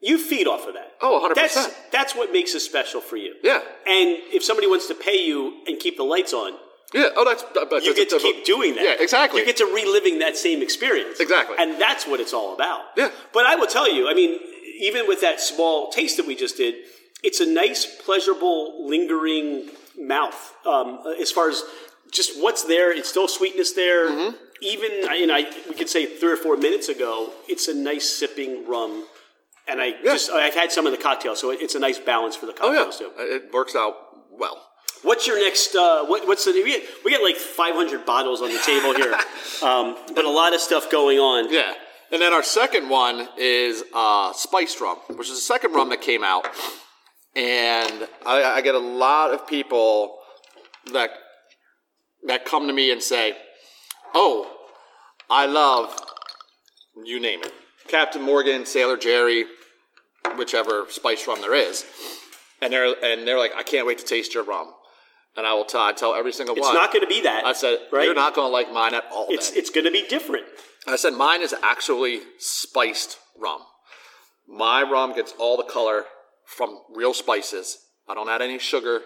S1: You feed off of that.
S2: Oh, 100%.
S1: That's that's what makes it special for you.
S2: yeah,
S1: And if somebody wants to pay you and keep the lights on,
S2: yeah. Oh, that's but
S1: you get to keep doing that.
S2: Yeah, exactly.
S1: You get to reliving that same experience.
S2: Exactly.
S1: And that's what it's all about.
S2: Yeah.
S1: But I will tell you, I mean, even with that small taste that we just did, it's a nice, pleasurable, lingering mouth um, as far as just what's there. It's still sweetness there.
S2: Mm-hmm.
S1: Even, I- you know, I, we could say three or four minutes ago, it's a nice sipping rum. And I just, I've had some of the cocktails, so it- it's a nice balance for the
S2: oh yeah,
S1: cocktails too.
S2: it works out well.
S1: What's your next? Uh, what, what's the? We get, we get like 500 bottles on the table here, um, but a lot of stuff going on.
S2: Yeah. And then our second one is uh, spiced rum, which is the second rum that came out. And I, I get a lot of people that that come to me and say, "Oh, I love you name it, Captain Morgan, Sailor Jerry, whichever spiced rum there is." And they're and they're like, "I can't wait to taste your rum." And I will tell I tell every single
S1: It's
S2: one.
S1: not going to be that.
S2: I said,
S1: right?
S2: "You're not going to like mine at all."
S1: It's
S2: then."
S1: it's going to be different.
S2: I said mine is actually spiced rum. My rum gets all the color from real spices. I don't add any sugar.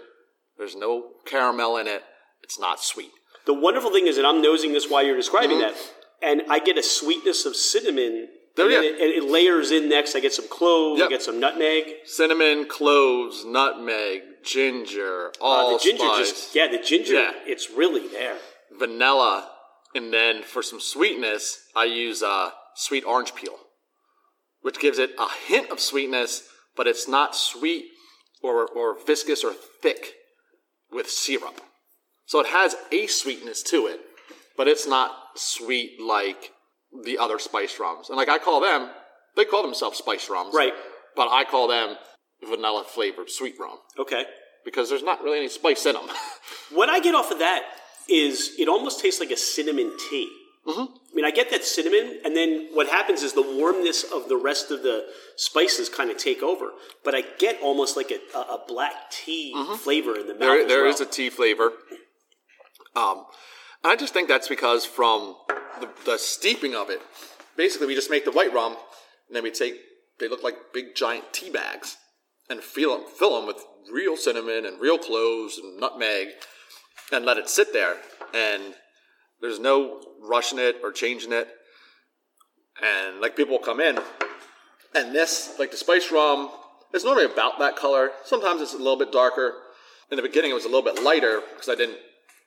S2: There's no caramel in it. It's not sweet.
S1: The wonderful thing is that I'm nosing this while you're describing
S2: Mm-hmm.
S1: that, and I get a sweetness of cinnamon.
S2: There
S1: and
S2: we
S1: then
S2: go.
S1: it, and it layers in next. I get some clove, I
S2: Oh, Yep.
S1: get some nutmeg.
S2: Cinnamon, cloves, nutmeg, ginger,
S1: Uh, the
S2: allspice,
S1: ginger just yeah, the ginger
S2: Yeah.
S1: it's really there.
S2: vanilla, and then for some sweetness, I use uh, sweet orange peel, which gives it a hint of sweetness, but it's not sweet or, or viscous or thick with syrup. So it has a sweetness to it, but it's not sweet like the other spice rums. And like I call them, they call themselves spice rums.
S1: Right.
S2: But I call them vanilla flavored sweet rum
S1: Okay.
S2: because there's not really any spice in them.
S1: What I get off of that is it almost tastes like a cinnamon tea.
S2: Mm-hmm.
S1: I mean, I get that cinnamon, and then what happens is the warmness of the rest of the spices kind of take over. But I get almost like a, a, a black tea flavor in the mouth.
S2: Mm-hmm. There,
S1: as
S2: there
S1: well.
S2: is a tea flavor. Um, and I just think that's because from the, the steeping of it, basically we just make the white rum, and then we take they look like big giant tea bags, and fill them, fill them with real cinnamon and real cloves and nutmeg, and let it sit there. And there's no rushing it or changing it. And like people will come in, and this like the spice rum, it's normally about that color. Sometimes it's a little bit darker in the beginning it was a little bit lighter because I didn't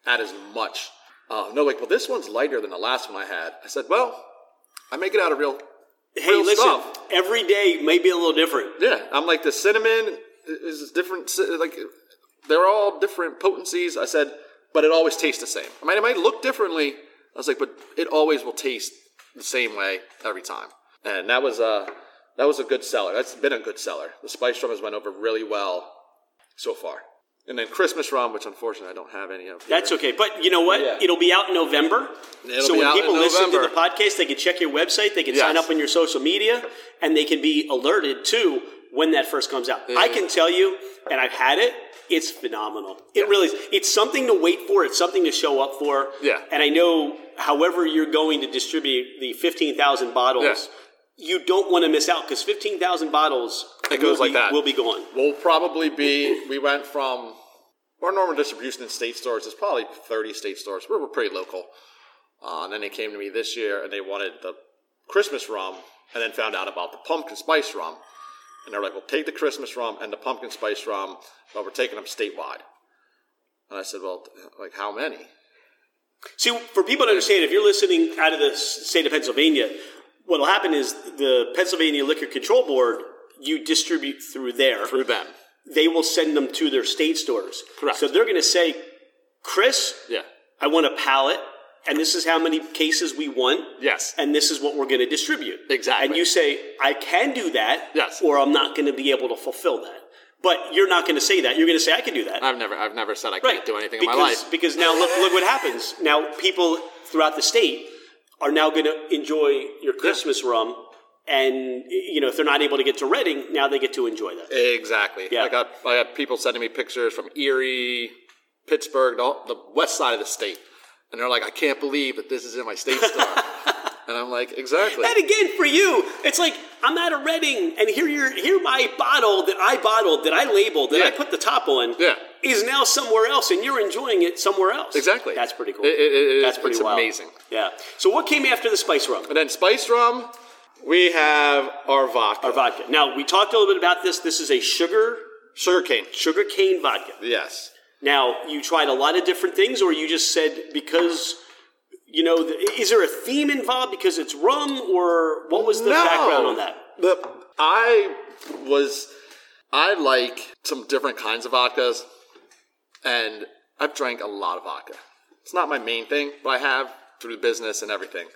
S2: add as much. Uh, no, like, well, this one's lighter than the last one I had. I said, well, I make it out of real.
S1: hey,
S2: real
S1: listen,
S2: stuff.
S1: every day may be a little different.
S2: Yeah, I'm like the cinnamon is is different. ci- Like, they're all different potencies. I said, but it always tastes the same. I mean, it might look differently. I was like, but it always will taste the same way every time. And that was uh that was a good seller. That's been a good seller. The spice rum has went over really well so far. And then Christmas rum, which unfortunately I don't have any of. Here.
S1: That's okay. But you know what?
S2: Yeah.
S1: It'll be out in November.
S2: It'll
S1: so
S2: be
S1: when
S2: out in
S1: people listen to the
S2: November.
S1: podcast, they can check your website, they can sign
S2: Yes.
S1: up on your social media, and they can be alerted to when that first comes out. I can tell you, and I've had it, it's phenomenal. It really is. It's something to wait for, it's something to show up for.
S2: Yeah.
S1: And I know however you're going to distribute the 15,000 bottles,
S2: Yeah.
S1: you don't want to miss out because 15,000 bottles
S2: It goes
S1: will
S2: like
S1: be-
S2: that.
S1: will be gone.
S2: We'll probably be. We went from our normal distribution in state stores is probably thirty state stores. We're, we're pretty local. Uh, and then they came to me this year and they wanted the Christmas rum, and then found out about the pumpkin spice rum. And they're like, "Well, take the Christmas rum and the pumpkin spice rum, but we're taking them statewide." And I said, "Well, like how many?"
S1: See, for people to understand, if you're listening out of the s- state of Pennsylvania, what will happen is the Pennsylvania Liquor Control Board, you distribute through there.
S2: Through them.
S1: They will send them to their state stores.
S2: Correct.
S1: So they're going to say, Chris,
S2: Yeah.
S1: I want a pallet, and this is how many cases we want.
S2: Yes.
S1: And this is what we're going to distribute.
S2: Exactly.
S1: And you say, I can do that,
S2: Yes.
S1: or I'm not going to be able to fulfill that. But you're not going to say that. You're going to say, I can do that.
S2: I've never, I've never said I can't do anything
S1: because,
S2: in my life.
S1: Because now look, look what happens. Now people throughout the state are now going to enjoy your Christmas rum, and you know if they're not able to get to Reading, now they get to enjoy that.
S2: Exactly.
S1: Yeah.
S2: I got I got people sending me pictures from Erie, Pittsburgh, the, the west side of the state, and they're like, "I can't believe that this is in my state store." and I'm like, "Exactly."
S1: And again, for you, it's like I'm out of Reading, and here your here my bottle that I bottled, that I labeled, that I
S2: Yeah.
S1: put the top on,
S2: Yeah.
S1: is now somewhere else, and you're enjoying it somewhere else.
S2: Exactly.
S1: That's pretty cool.
S2: It- it- it-
S1: That's pretty
S2: it's
S1: wild.
S2: amazing.
S1: Yeah. So what came after the spice rum?
S2: And then spice rum, we have our vodka,
S1: Our vodka. Now we talked a little bit about this. This is a sugar
S2: sugar cane.
S1: sugar cane vodka.
S2: Yes.
S1: Now, you tried a lot of different things, or you just said because, you know, the, is there a theme involved because it's rum, or what was the
S2: No.
S1: background on that?
S2: The, I was I like some different kinds of vodkas, and I've drank a lot of vodka. It's not my main thing, but I have through the business and everything,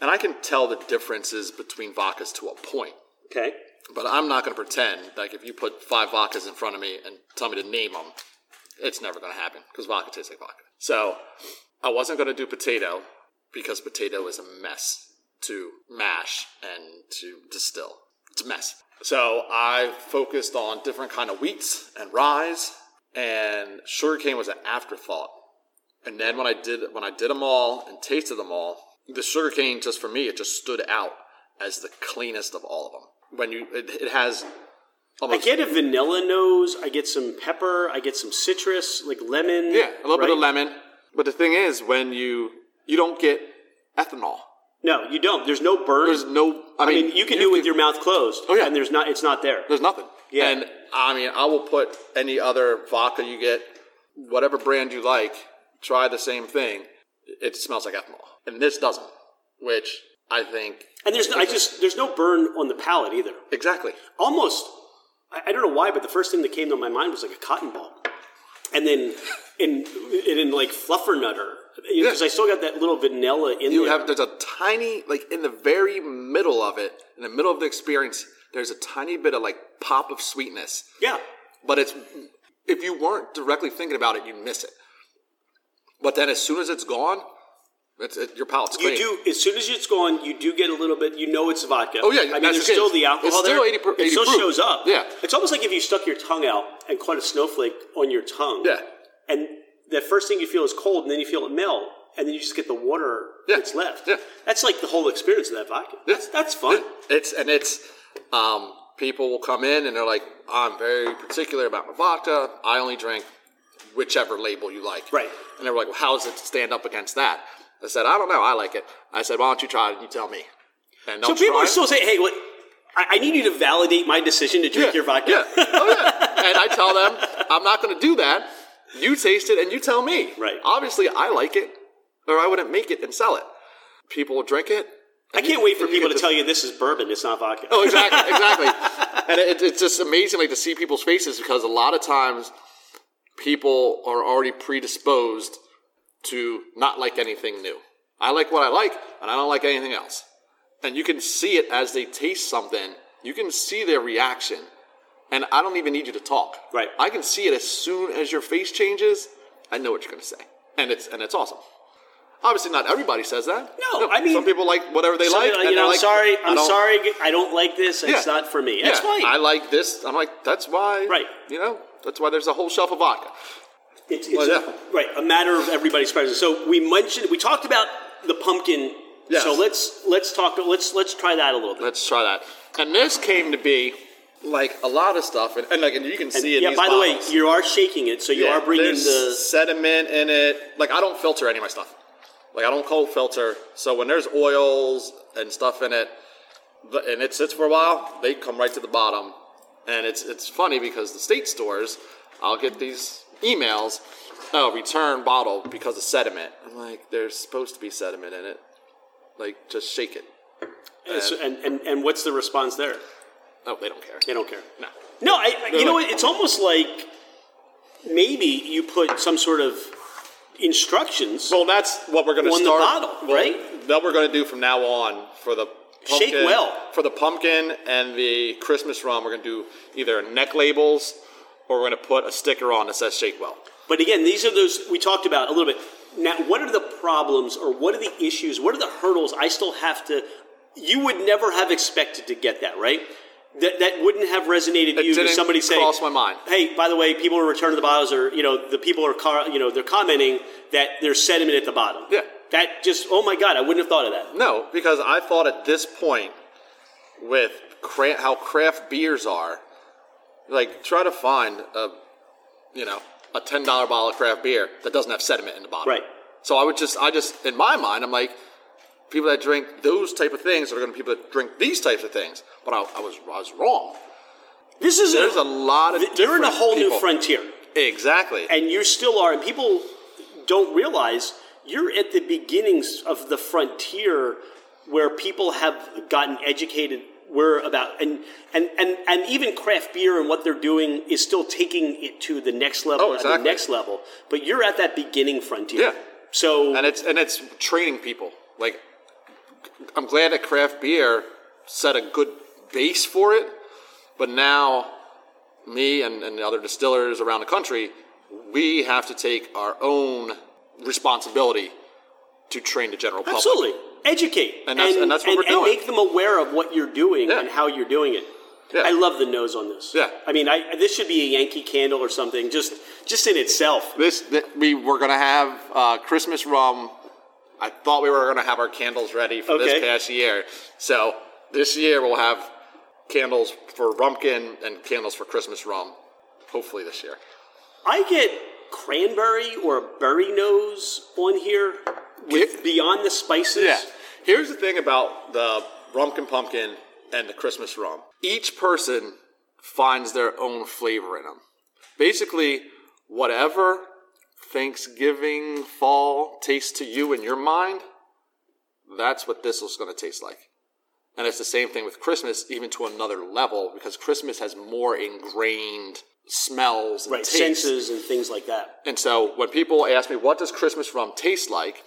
S2: and I can tell the differences between vodkas to a point.
S1: Okay.
S2: But I'm not going to pretend like if you put five vodkas in front of me and tell me to name them, it's never going to happen because vodka tastes like vodka. So I wasn't going to do potato because potato is a mess to mash and to distill. It's a mess. So I focused on different kind of wheats and ryes, and sugarcane was an afterthought. And then when I did when I did them all and tasted them all, the sugarcane just for me it just stood out as the cleanest of all of them. When you it, it has
S1: I
S2: almost
S1: get a vanilla nose, I get some pepper, I get some citrus, like lemon.
S2: yeah a little bit
S1: right?
S2: of lemon, But the thing is, when you you don't get ethanol.
S1: No, you don't. There's no burn.
S2: There's no. I
S1: I
S2: mean,
S1: mean, you can do it with your mouth closed.
S2: Oh, yeah.
S1: And there's not. It's not there.
S2: There's nothing.
S1: Yeah.
S2: And I mean, I will put any other vodka you get, whatever brand you like, try the same thing. It smells like ethanol, and this doesn't, which I think
S1: And there's. No, I just. There's no burn on the palate either.
S2: exactly.
S1: almost I, I don't know why, but the first thing that came to my mind was like a cotton ball, and then in and in like fluffernutter because
S2: Yeah.
S1: I still got that little vanilla in
S2: You
S1: there.
S2: have there's a tiny like in the very middle of it, in the middle of the experience, there's a tiny bit of like pop of sweetness,
S1: yeah,
S2: but it's if you weren't directly thinking about it, you miss it. But then as soon as it's gone, it's, it, your palate's
S1: you
S2: clean.
S1: do. As soon as it's gone, you do get a little bit. You know it's vodka.
S2: Oh, yeah,
S1: I mean
S2: that's
S1: there's
S2: the case.
S1: still the alcohol
S2: It's still
S1: there.
S2: 80 per-
S1: it
S2: 80
S1: still
S2: proof.
S1: shows up.
S2: Yeah.
S1: it's almost like if you stuck your tongue out and caught a snowflake on your tongue.
S2: Yeah.
S1: and the first thing you feel is cold, and then you feel it melt. And then you just get the water
S2: Yeah.
S1: that's left.
S2: Yeah.
S1: That's like the whole experience of that vodka. That's, that's fun.
S2: It's and it's um, people will come in and they're like, I'm very particular about my vodka. I only drink whichever label you like.
S1: Right.
S2: And they were like, Well, how does it stand up against that? I said, I don't know. I like it. I said, Why don't you try it and you tell me? And
S1: So
S2: they'll
S1: people
S2: try
S1: are
S2: it.
S1: still saying, "Hey, what? I, I need you to validate my decision to drink your vodka."
S2: Yeah. Oh yeah. and I tell them, I'm not going to do that. You taste it and you tell me.
S1: Right.
S2: Obviously, I like it, or I wouldn't make it and sell it. People will drink it.
S1: I can't wait for
S2: And you
S1: people
S2: get
S1: to
S2: the-
S1: tell you this is bourbon; it's not vodka.
S2: Oh, exactly, exactly. and it, it's just amazing, like to see people's faces because a lot of times people are already predisposed to not like anything new. I like what I like, and I don't like anything else. And you can see it as they taste something. You can see their reaction, and I don't even need you to talk.
S1: Right.
S2: I can see it as soon as your face changes. I know what you're going to say, and it's and it's awesome. Obviously, not everybody says that.
S1: No, I mean-
S2: some people like whatever they
S1: Some
S2: like.
S1: people are like, you
S2: and they're
S1: know, I'm
S2: like,
S1: sorry,
S2: I
S1: I'm
S2: don't-
S1: sorry, I don't like this. It's
S2: yeah.
S1: not for me.
S2: yeah.
S1: That's fine.
S2: I like this. I'm like, that's why.
S1: Right.
S2: You know, that's why there's a whole shelf of vodka.
S1: it's it's
S2: Well,
S1: a-
S2: yeah.
S1: right a matter of everybody's preference. So we mentioned we talked about the pumpkin.
S2: Yes.
S1: So let's let's talk. Let's let's try that a little bit.
S2: Let's try that. And this came to be like a lot of stuff, and, and like and you can see it.
S1: yeah.
S2: these
S1: By the
S2: bottles.
S1: way, you are shaking it, so you
S2: Yeah,
S1: are bringing
S2: there's
S1: the.
S2: sediment in it. Like I don't filter any of my stuff. Like I don't cold filter. So when there's oils and stuff in it, the- and it sits for a while, they come right to the bottom. And it's it's funny because the state stores, I'll get these emails, oh return bottle because of sediment. I'm like, there's supposed to be sediment in it. Like just shake it.
S1: so- And, and and what's the response there?
S2: Oh, they don't care.
S1: They don't care.
S2: No.
S1: No, I, I- you know what? It's almost like maybe you put some sort of instructions.
S2: Well, that's what we're going to
S1: On the
S2: start.
S1: bottle,
S2: well,
S1: right?
S2: That we're going to do from now on for the pumpkin,
S1: Shake well.
S2: for the pumpkin and the Christmas rum. We're going to do either neck labels or we're going to put a sticker on that says shake well.
S1: but again, these are those we talked about a little bit. Now, what are the problems or what are the issues? What are the hurdles I still have to? You would never have expected to get that, right? That, that wouldn't have resonated
S2: It
S1: you to
S2: didn't
S1: somebody saying,
S2: cross my mind.
S1: "Hey, by the way, people are returning the bottles, or you know, the people are, car, you know, they're commenting that there's sediment at the bottom."
S2: Yeah.
S1: That just, oh my god, I wouldn't have thought of that.
S2: No, because I thought at this point with cra- how craft beers are, like try to find a you know a ten dollar bottle of craft beer that doesn't have sediment in the bottom.
S1: Right.
S2: So I would just, I just, in my mind, I'm like, people that drink those type of things are going to be people that drink these types of things. But I, I was, I was wrong.
S1: This is
S2: There's a lot of
S1: they're in a
S2: different
S1: whole new
S2: people.
S1: frontier.
S2: Exactly.
S1: and you still are. And people don't realize you're at the beginnings of the frontier where people have gotten educated. Where about and and and and even craft beer and what they're doing is still taking it to the next level
S2: Oh,
S1: and
S2: exactly.
S1: the next level. But you're at that beginning frontier.
S2: Yeah.
S1: So
S2: and it's and it's training people. Like, I'm glad that craft beer set a good base for it, but now me and, and the other distillers around the country, we have to take our own responsibility to train the general public.
S1: absolutely educate
S2: And that's- and that's what we're doing.
S1: make them aware of what you're doing
S2: Yeah.
S1: and how you're doing it.
S2: Yeah.
S1: I love the nose on this.
S2: Yeah.
S1: I mean, I this should be a Yankee candle or something. Just just in itself.
S2: This that we were gonna have uh, Christmas rum. I thought we were gonna have our candles ready for
S1: Okay.
S2: this past year. So this year we'll have candles for Rumpkin and candles for Christmas rum. Hopefully this year.
S1: I get cranberry or a berry nose on here with
S2: Yeah.
S1: beyond the spices?
S2: Yeah. Here's the thing about the Rumpkin Pumpkin and the Christmas Rum. Each person finds their own flavor in them. Basically, whatever Thanksgiving fall tastes to you in your mind, that's what this is going to taste like. And it's the same thing with Christmas, even to another level, because Christmas has more ingrained smells and
S1: Right,
S2: tastes.
S1: senses and things like that.
S2: And so when people ask me, what does Christmas rum taste like?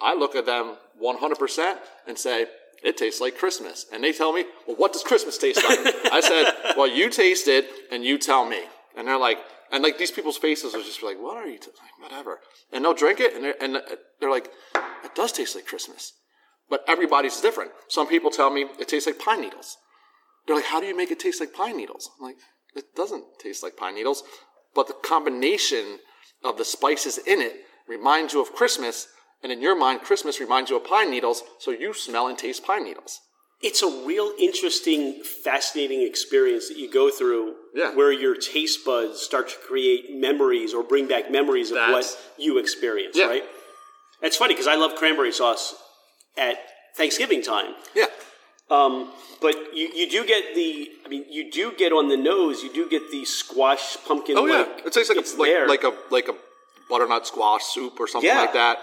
S2: I look at them 100% and say, it tastes like Christmas. And they tell me, well, what does Christmas taste like? I said, well, you taste it and you tell me. And they're like, and like these people's faces are just like, what are you, t-? like, whatever. And they'll drink it and they're, and they're like, it does taste like Christmas. But everybody's different. Some people tell me it tastes like pine needles. They're like, how do you make it taste like pine needles? I'm like, it doesn't taste like pine needles, but the combination of the spices in it reminds you of Christmas, and in your mind, Christmas reminds you of pine needles, so you smell and taste pine needles.
S1: It's a real interesting, fascinating experience that you go through
S2: Yeah.
S1: where your taste buds start to create memories or bring back memories of
S2: That's-
S1: what you experience,
S2: Yeah.
S1: right? That's funny because I love cranberry sauce at Thanksgiving time.
S2: Yeah.
S1: Um, but you, you do get the I mean you do get on the nose you do get the squash pumpkin
S2: Oh yeah.
S1: like
S2: it tastes like
S1: it's
S2: a, like,
S1: there.
S2: like a like a butternut squash soup or something
S1: Yeah.
S2: like that.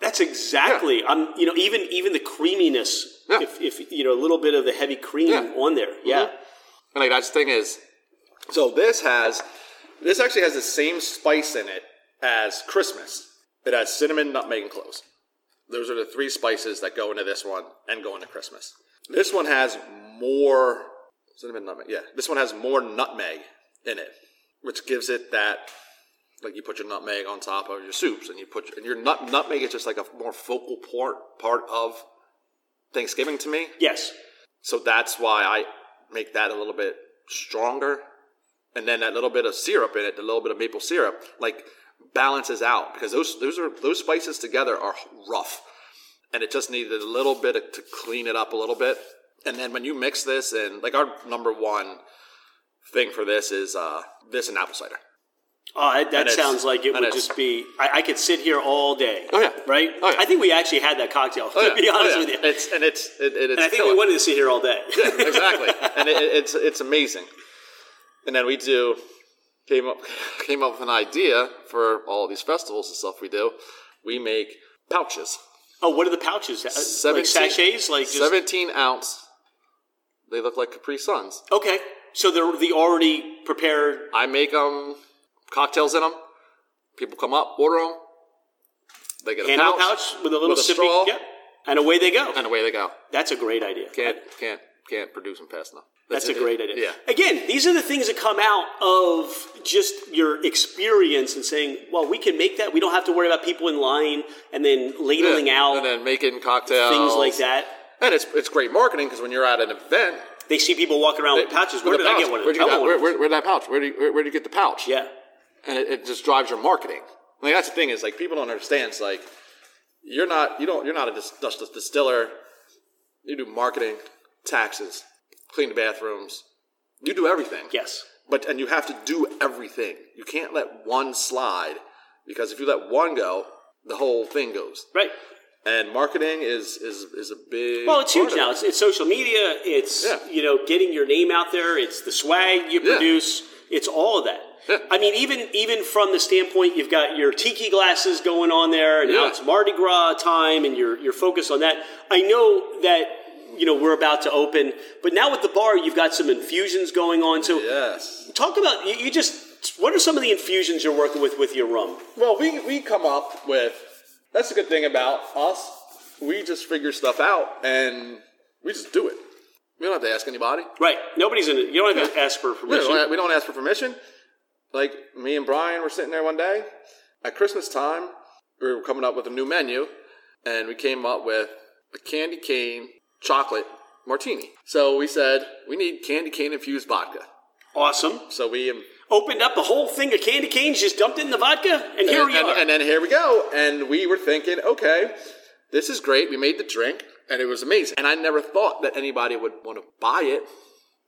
S1: that's exactly I'm you know even even the creaminess
S2: Yeah.
S1: if, if you know a little bit of the heavy cream
S2: Yeah. Mm-hmm.
S1: on there yeah
S2: And like that's the thing is, so this has this actually has the same spice in it as Christmas. It has cinnamon, nutmeg, and cloves. Those are the three spices that go into this one and go into Christmas. This one has more cinnamon, nutmeg. Yeah, this one has more nutmeg in it, which gives it that like you put your nutmeg on top of your soups, and you put and your nut, nutmeg is just like a more focal part part of Thanksgiving to me.
S1: yes
S2: So that's why I make that a little bit stronger. And then that little bit of syrup in it, the little bit of maple syrup, like balances out because those those are those spices together are rough. And it just needed a little bit of, to clean it up a little bit. And then when you mix this and like our number one thing for this is uh, this and apple cider.
S1: oh that, that
S2: it's-
S1: sounds like it
S2: and
S1: would
S2: it's-
S1: just be I, I could sit here all day
S2: Oh, yeah.
S1: right
S2: Oh, yeah. Oh,
S1: I think we actually had that cocktail to be honest with you
S2: It's and it's it, it, it's
S1: and I think
S2: killer.
S1: we wanted to sit here all day
S2: Yeah, exactly. and it, it- it's it's amazing. And then we do came up came up with an idea for all these festivals and stuff we do. We make pouches,
S1: oh what are the pouches Uh, like
S2: 17
S1: sachets like just
S2: seventeen ounce. They look like Capri Suns.
S1: Okay, so they're the already prepared.
S2: I make them cocktails in them. People come up, order them. They get a
S1: Hand
S2: pouch,
S1: pouch, pouch with a little
S2: with a
S1: sippy,
S2: straw.
S1: yep, and away they go.
S2: and away they go.
S1: That's a great idea.
S2: Can't can't can't produce them fast enough.
S1: That's a
S2: it.
S1: great idea.
S2: Yeah.
S1: Again, these are the things that come out of just your experience and saying, "Well, we can make that. We don't have to worry about people in line and then ladling
S2: Yeah.
S1: out
S2: and then making cocktails,
S1: things like that."
S2: And it's it's great marketing because when you're at an event,
S1: They see people walking around with pouches. Where
S2: the
S1: did I
S2: pouch?
S1: get one of
S2: Where'd
S1: those? I
S2: you get
S1: want
S2: that?
S1: one
S2: Where,
S1: of those.
S2: where, where'd that pouch? Where do you, where, where'd you get the pouch?
S1: Yeah,
S2: and it, it just drives your marketing. Like that's the thing is like people don't understand. It's like you're not you don't you're not a dis- just a distiller. You do marketing, taxes, clean the bathrooms. You do everything.
S1: yes,
S2: But and you have to do everything. You can't let one slide because if you let one go, the whole thing goes.
S1: right.
S2: And marketing is is is a big
S1: Well, it's
S2: part
S1: huge
S2: of it.
S1: now. It's, it's social media. It's
S2: Yeah.
S1: you know getting your name out there. It's the swag you
S2: Yeah.
S1: produce. It's all of that.
S2: Yeah.
S1: I mean, even even from the standpoint, you've got your tiki glasses going on there, and now
S2: Yeah.
S1: it's Mardi Gras time, and you're you're focused on that. I know that you know we're about to open, but now with the bar, you've got some infusions going on. So
S2: Yes.
S1: talk about you, you just what are some of the infusions you're working with with your rum?
S2: Well, we, we come up with that's the good thing about us. We just figure stuff out and we just do it. We don't have to ask anybody.
S1: Right. Nobody's in it. You don't have to ask for
S2: We
S1: permission.
S2: don't, we don't ask for permission. Like me and Brian were sitting there one day at Christmas time. We were coming up with a new menu, and we came up with a candy cane chocolate martini. So we said we need candy cane infused vodka.
S1: Awesome.
S2: So we um,
S1: opened up a whole thing of candy canes, just dumped it in the vodka, and here
S2: and,
S1: we
S2: and-
S1: are.
S2: and then here we go. And we were thinking, okay, this is great. We made the drink, and it was amazing. And I never thought that anybody would want to buy it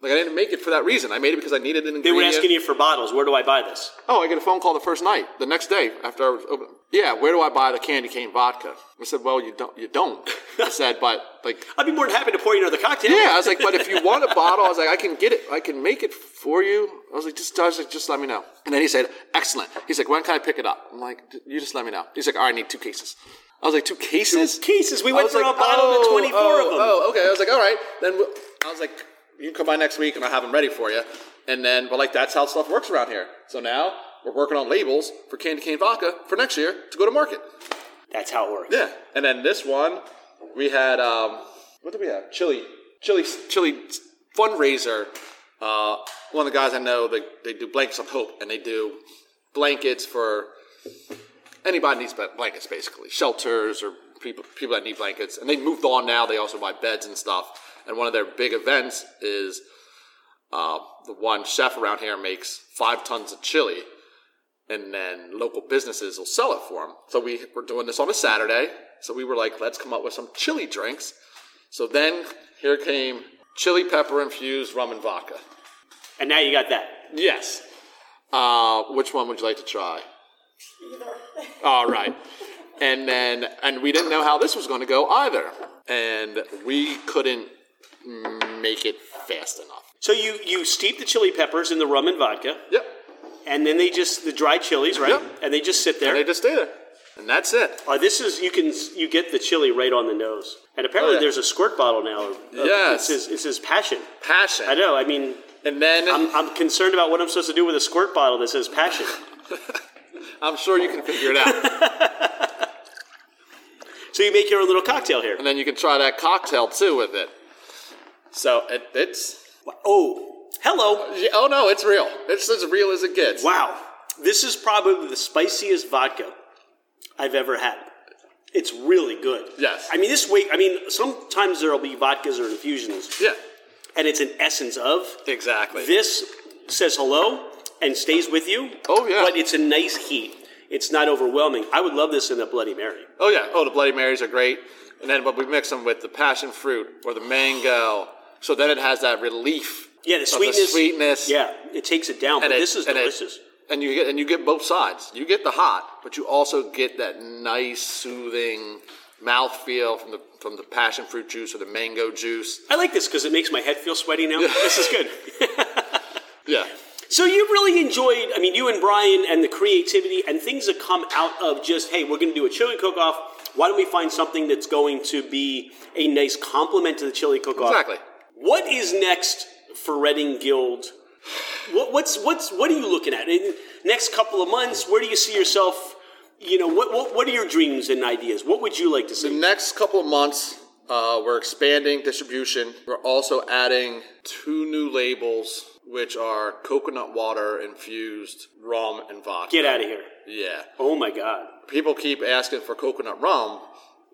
S2: Like I didn't make it for that reason. I made it because I needed an ingredient.
S1: They were asking you for bottles. Where do I buy this?
S2: Oh, I get a phone call the first night, the next day after I was open. Yeah, where do I buy the candy cane vodka? I said, well, you don't. You don't. I said, but like,
S1: I'd be more than happy to pour you another cocktail.
S2: yeah. I was like, but if you want a bottle, I was like, I can get it. I can make it for you. I was like, just, I was like, just let me know. And then he said, excellent. He's like, when can I pick it up? I'm like, you just let me know. He's like, all right, I need two cases. I was like, two cases?
S1: cases. We
S2: I
S1: went
S2: was
S1: for
S2: like,
S1: a bottle
S2: oh,
S1: to 24
S2: oh,
S1: of them.
S2: Oh, okay. I was like, all right. Then we'll, I was like, you can come by next week and I'll have them ready for you. And then, but like, that's how stuff works around here. So now we're working on labels for candy cane vodka for next year to go to market.
S1: That's how it works.
S2: Yeah. And then this one, we had, um, what did we have? Chili, chili, chili fundraiser. Uh, one of the guys I know, they, they do blankets of hope and they do blankets for anybody needs bla- blankets basically shelters or people people that need blankets and they moved on now they also buy beds and stuff and one of their big events is uh, the one chef around here makes five tons of chili and then local businesses will sell it for them so we were doing this on a saturday so we were like let's come up with some chili drinks so then here came chili pepper infused rum and vodka
S1: And now you got that.
S2: yes uh, which one would you like to try All right. And then, and we didn't know how this was going to go either. And we couldn't make it fast enough.
S1: So you you steep the chili peppers in the rum and vodka,
S2: Yep.
S1: and then they just the dried chilies, right?
S2: Yep.
S1: And they just sit there.
S2: And they just stay there. And that's it.
S1: Uh, this is you can you get the chili right on the nose, and apparently
S2: Oh, yeah.
S1: there's a squirt bottle now. Of, of-
S2: Yes.
S1: it's his, it's his passion.
S2: Passion.
S1: I know. I mean,
S2: And then
S1: I'm,
S2: I'm,
S1: I'm concerned about what I'm supposed to do with a squirt bottle that says passion.
S2: sure you can figure it out.
S1: so you make your own little cocktail here.
S2: and then you can try that cocktail too with it. So it, it's,
S1: Oh, hello!
S2: yeah, oh no, it's real. It's as real as it gets.
S1: Wow, this is probably the spiciest vodka I've ever had. It's really good.
S2: Yes.
S1: I mean, this way. I mean, sometimes there'll be vodkas or infusions,
S2: Yeah.
S1: and it's an essence of.
S2: Exactly.
S1: This says hello and stays with you.
S2: Oh, yeah.
S1: But it's a nice heat. It's not overwhelming. I would love this in a Bloody Mary.
S2: Oh yeah. Oh, the Bloody Marys are great, and then but we mix them with the passion fruit or the mango, so then it has that relief.
S1: Yeah, the
S2: of
S1: sweetness.
S2: sweetness.
S1: Yeah, it takes it down. But
S2: it-
S1: Oh, this is
S2: and it-
S1: delicious.
S2: and you get and you get both sides. You get the hot, but you also get that nice soothing mouthfeel from the from the passion fruit juice or the mango juice.
S1: I like this because it makes my head feel sweaty now. this is good.
S2: Yeah.
S1: So you really enjoyed. I mean, you and Brian and the creativity and things that come out of just hey, we're going to do a chili cook-off. Why don't we find something that's going to be a nice complement to the chili cook-off?
S2: Exactly.
S1: What is next for Reading Guild? What, what's what's what are you looking at in next couple of months? Where do you see yourself? You know, what what, what are your dreams and ideas? What would you like to
S2: The
S1: see?
S2: next couple of months, uh, we're expanding distribution. We're also adding two new labels, which are coconut water infused rum and vodka.
S1: Get out of here!
S2: Yeah.
S1: Oh my god!
S2: people keep asking for coconut rum,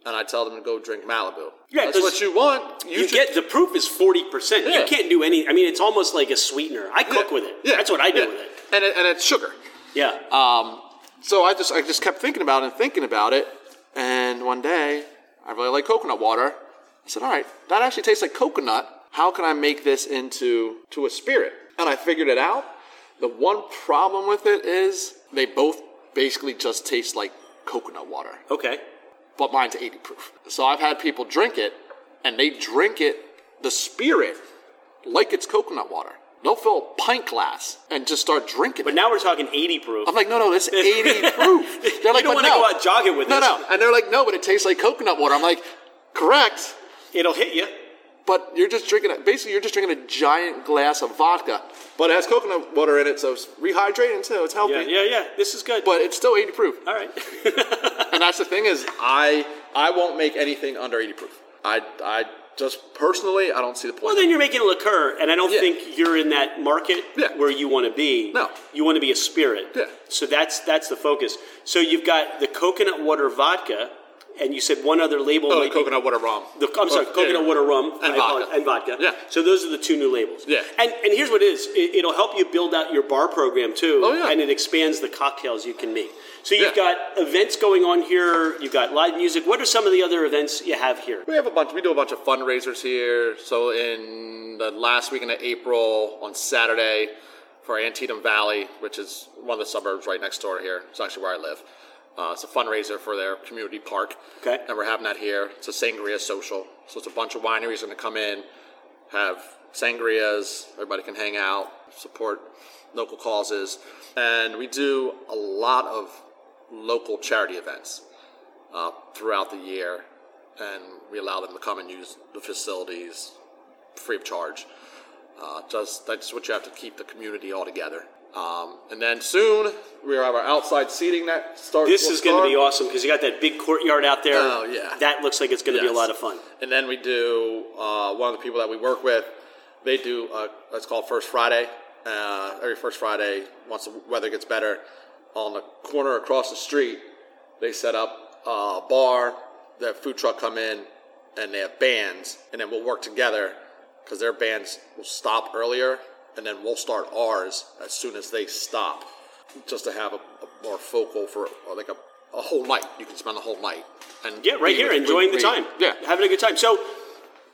S2: and I tell them to go drink Malibu.
S1: Yeah,
S2: that's
S1: 'cause
S2: what you want.
S1: You,
S2: should-
S1: get the proof is forty percent.
S2: Yeah.
S1: You can't do any. I mean, it's almost like a sweetener. I cook with it.
S2: Yeah,
S1: That's what I do
S2: yeah.
S1: with it.
S2: and it, and it's sugar.
S1: Yeah. Uh,
S2: Um, so I just I just kept thinking about it and thinking about it, and one day I really like coconut water. I said, all right, that actually tastes like coconut. How can I make this into to a spirit? And I figured it out. The one problem with it is they both basically just taste like coconut water.
S1: okay.
S2: but mine's 80 proof. So I've had people drink it, and they drink it, the spirit, like it's coconut water. They'll fill a pint glass and just start drinking
S1: But
S2: it.
S1: now we're talking eighty proof.
S2: I'm like, no, no, it's 80 proof. They're
S1: you
S2: like,
S1: don't
S2: but
S1: wanna
S2: no.
S1: go out jogging with
S2: no,
S1: this.
S2: no. And they're like, no, but it tastes like coconut water. I'm like, correct,
S1: It'll hit you.
S2: but you're just drinking it. Basically, you're just drinking a giant glass of vodka, but it has coconut water in it, so it's rehydrating too. It's healthy.
S1: Yeah, yeah, yeah. This is good.
S2: But it's still 80 proof.
S1: all right.
S2: and that's the thing is I I won't make anything under 80 proof. I I just personally I don't see the point.
S1: Well, then you're making liqueur, and I don't
S2: Yeah.
S1: think you're in that market
S2: Yeah.
S1: where you want to be.
S2: No.
S1: you want to be a spirit.
S2: Yeah.
S1: So that's that's the focus. So you've got the coconut water vodka, and you said one other label.
S2: Oh,
S1: might be-
S2: coconut water rum.
S1: The, I'm sorry,
S2: Oh, yeah,
S1: coconut
S2: yeah.
S1: water rum
S2: And
S1: I
S2: vodka.
S1: apologize, and vodka.
S2: Yeah.
S1: So those are the two new labels.
S2: Yeah.
S1: And and here's what it is. It, it'll help you build out your bar program too.
S2: Oh, yeah.
S1: And it expands the cocktails you can make. So you've
S2: Yeah.
S1: got events going on here. You've got live music. What are some of the other events you have here?
S2: We have a bunch. We do a bunch of fundraisers here. So in the last weekend of April, on Saturday, for Antietam Valley, which is one of the suburbs right next door here. It's actually where I live. Uh, it's a fundraiser for their community park.
S1: Okay.
S2: And we're having that here. It's a sangria social. So it's a bunch of wineries going to come in, have sangrias. Everybody can hang out, support local causes, and we do a lot of local charity events uh, throughout the year, and we allow them to come and use the facilities free of charge. Uh, just that's what you have to keep the community all together. Um, and then soon we have our outside seating that starts.
S1: This
S2: will
S1: is going to be
S2: start.
S1: awesome because you got that big courtyard out there.
S2: Oh, yeah.
S1: That looks like it's going to be
S2: Yes.
S1: a lot of fun.
S2: And then we do uh, one of the people that we work with. They do uh, it's called First Friday. Uh, every First Friday, once the weather gets better, on the corner across the street, they set up a bar. The food truck come in, and they have bands, and then we'll work together because their bands will stop earlier, and then we'll start ours as soon as they stop, just to have a, a more focal for or like a, a whole night. You can spend the whole night. And
S1: Yeah, right
S2: be
S1: here,
S2: with-
S1: enjoying the
S2: be-
S1: time.
S2: Yeah,
S1: Having a good time. So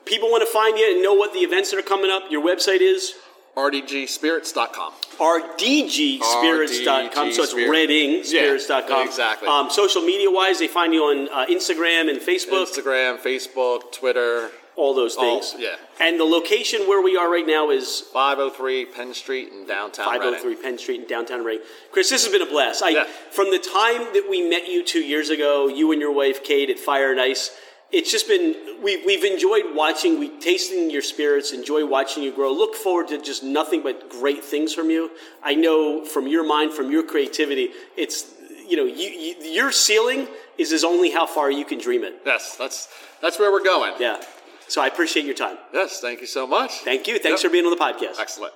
S1: people want to find you and know what the events that are coming up. Your website is
S2: rdgspirits.com.
S1: rdgspirits.com. So it's
S2: RDG
S1: reading
S2: Spirits.
S1: spirits.com.
S2: Yeah, exactly.
S1: Um, social media wise, they find you on uh, Instagram and Facebook,
S2: Instagram, Facebook, Twitter,
S1: all those
S2: all-
S1: things.
S2: yeah.
S1: And the location where we are right now is
S2: 503 Penn Street in downtown
S1: 503
S2: Reading.
S1: Penn Street in downtown Reading. Chris, this has been a blast. I,
S2: Yeah.
S1: From the time that we met you two years ago, you and your wife Kate at Fire and Ice, it's just been we, we've enjoyed watching, we tasting your spirits, enjoy watching you grow. Look forward to just nothing but great things from you. I know from your mind, from your creativity, it's you know you, you, your ceiling is is only how far you can dream it.
S2: Yes, that's that's where we're going.
S1: Yeah. So I appreciate your time.
S2: Yes, thank you so much.
S1: Thank you. Thanks
S2: Yep.
S1: for being on the podcast.
S2: Excellent.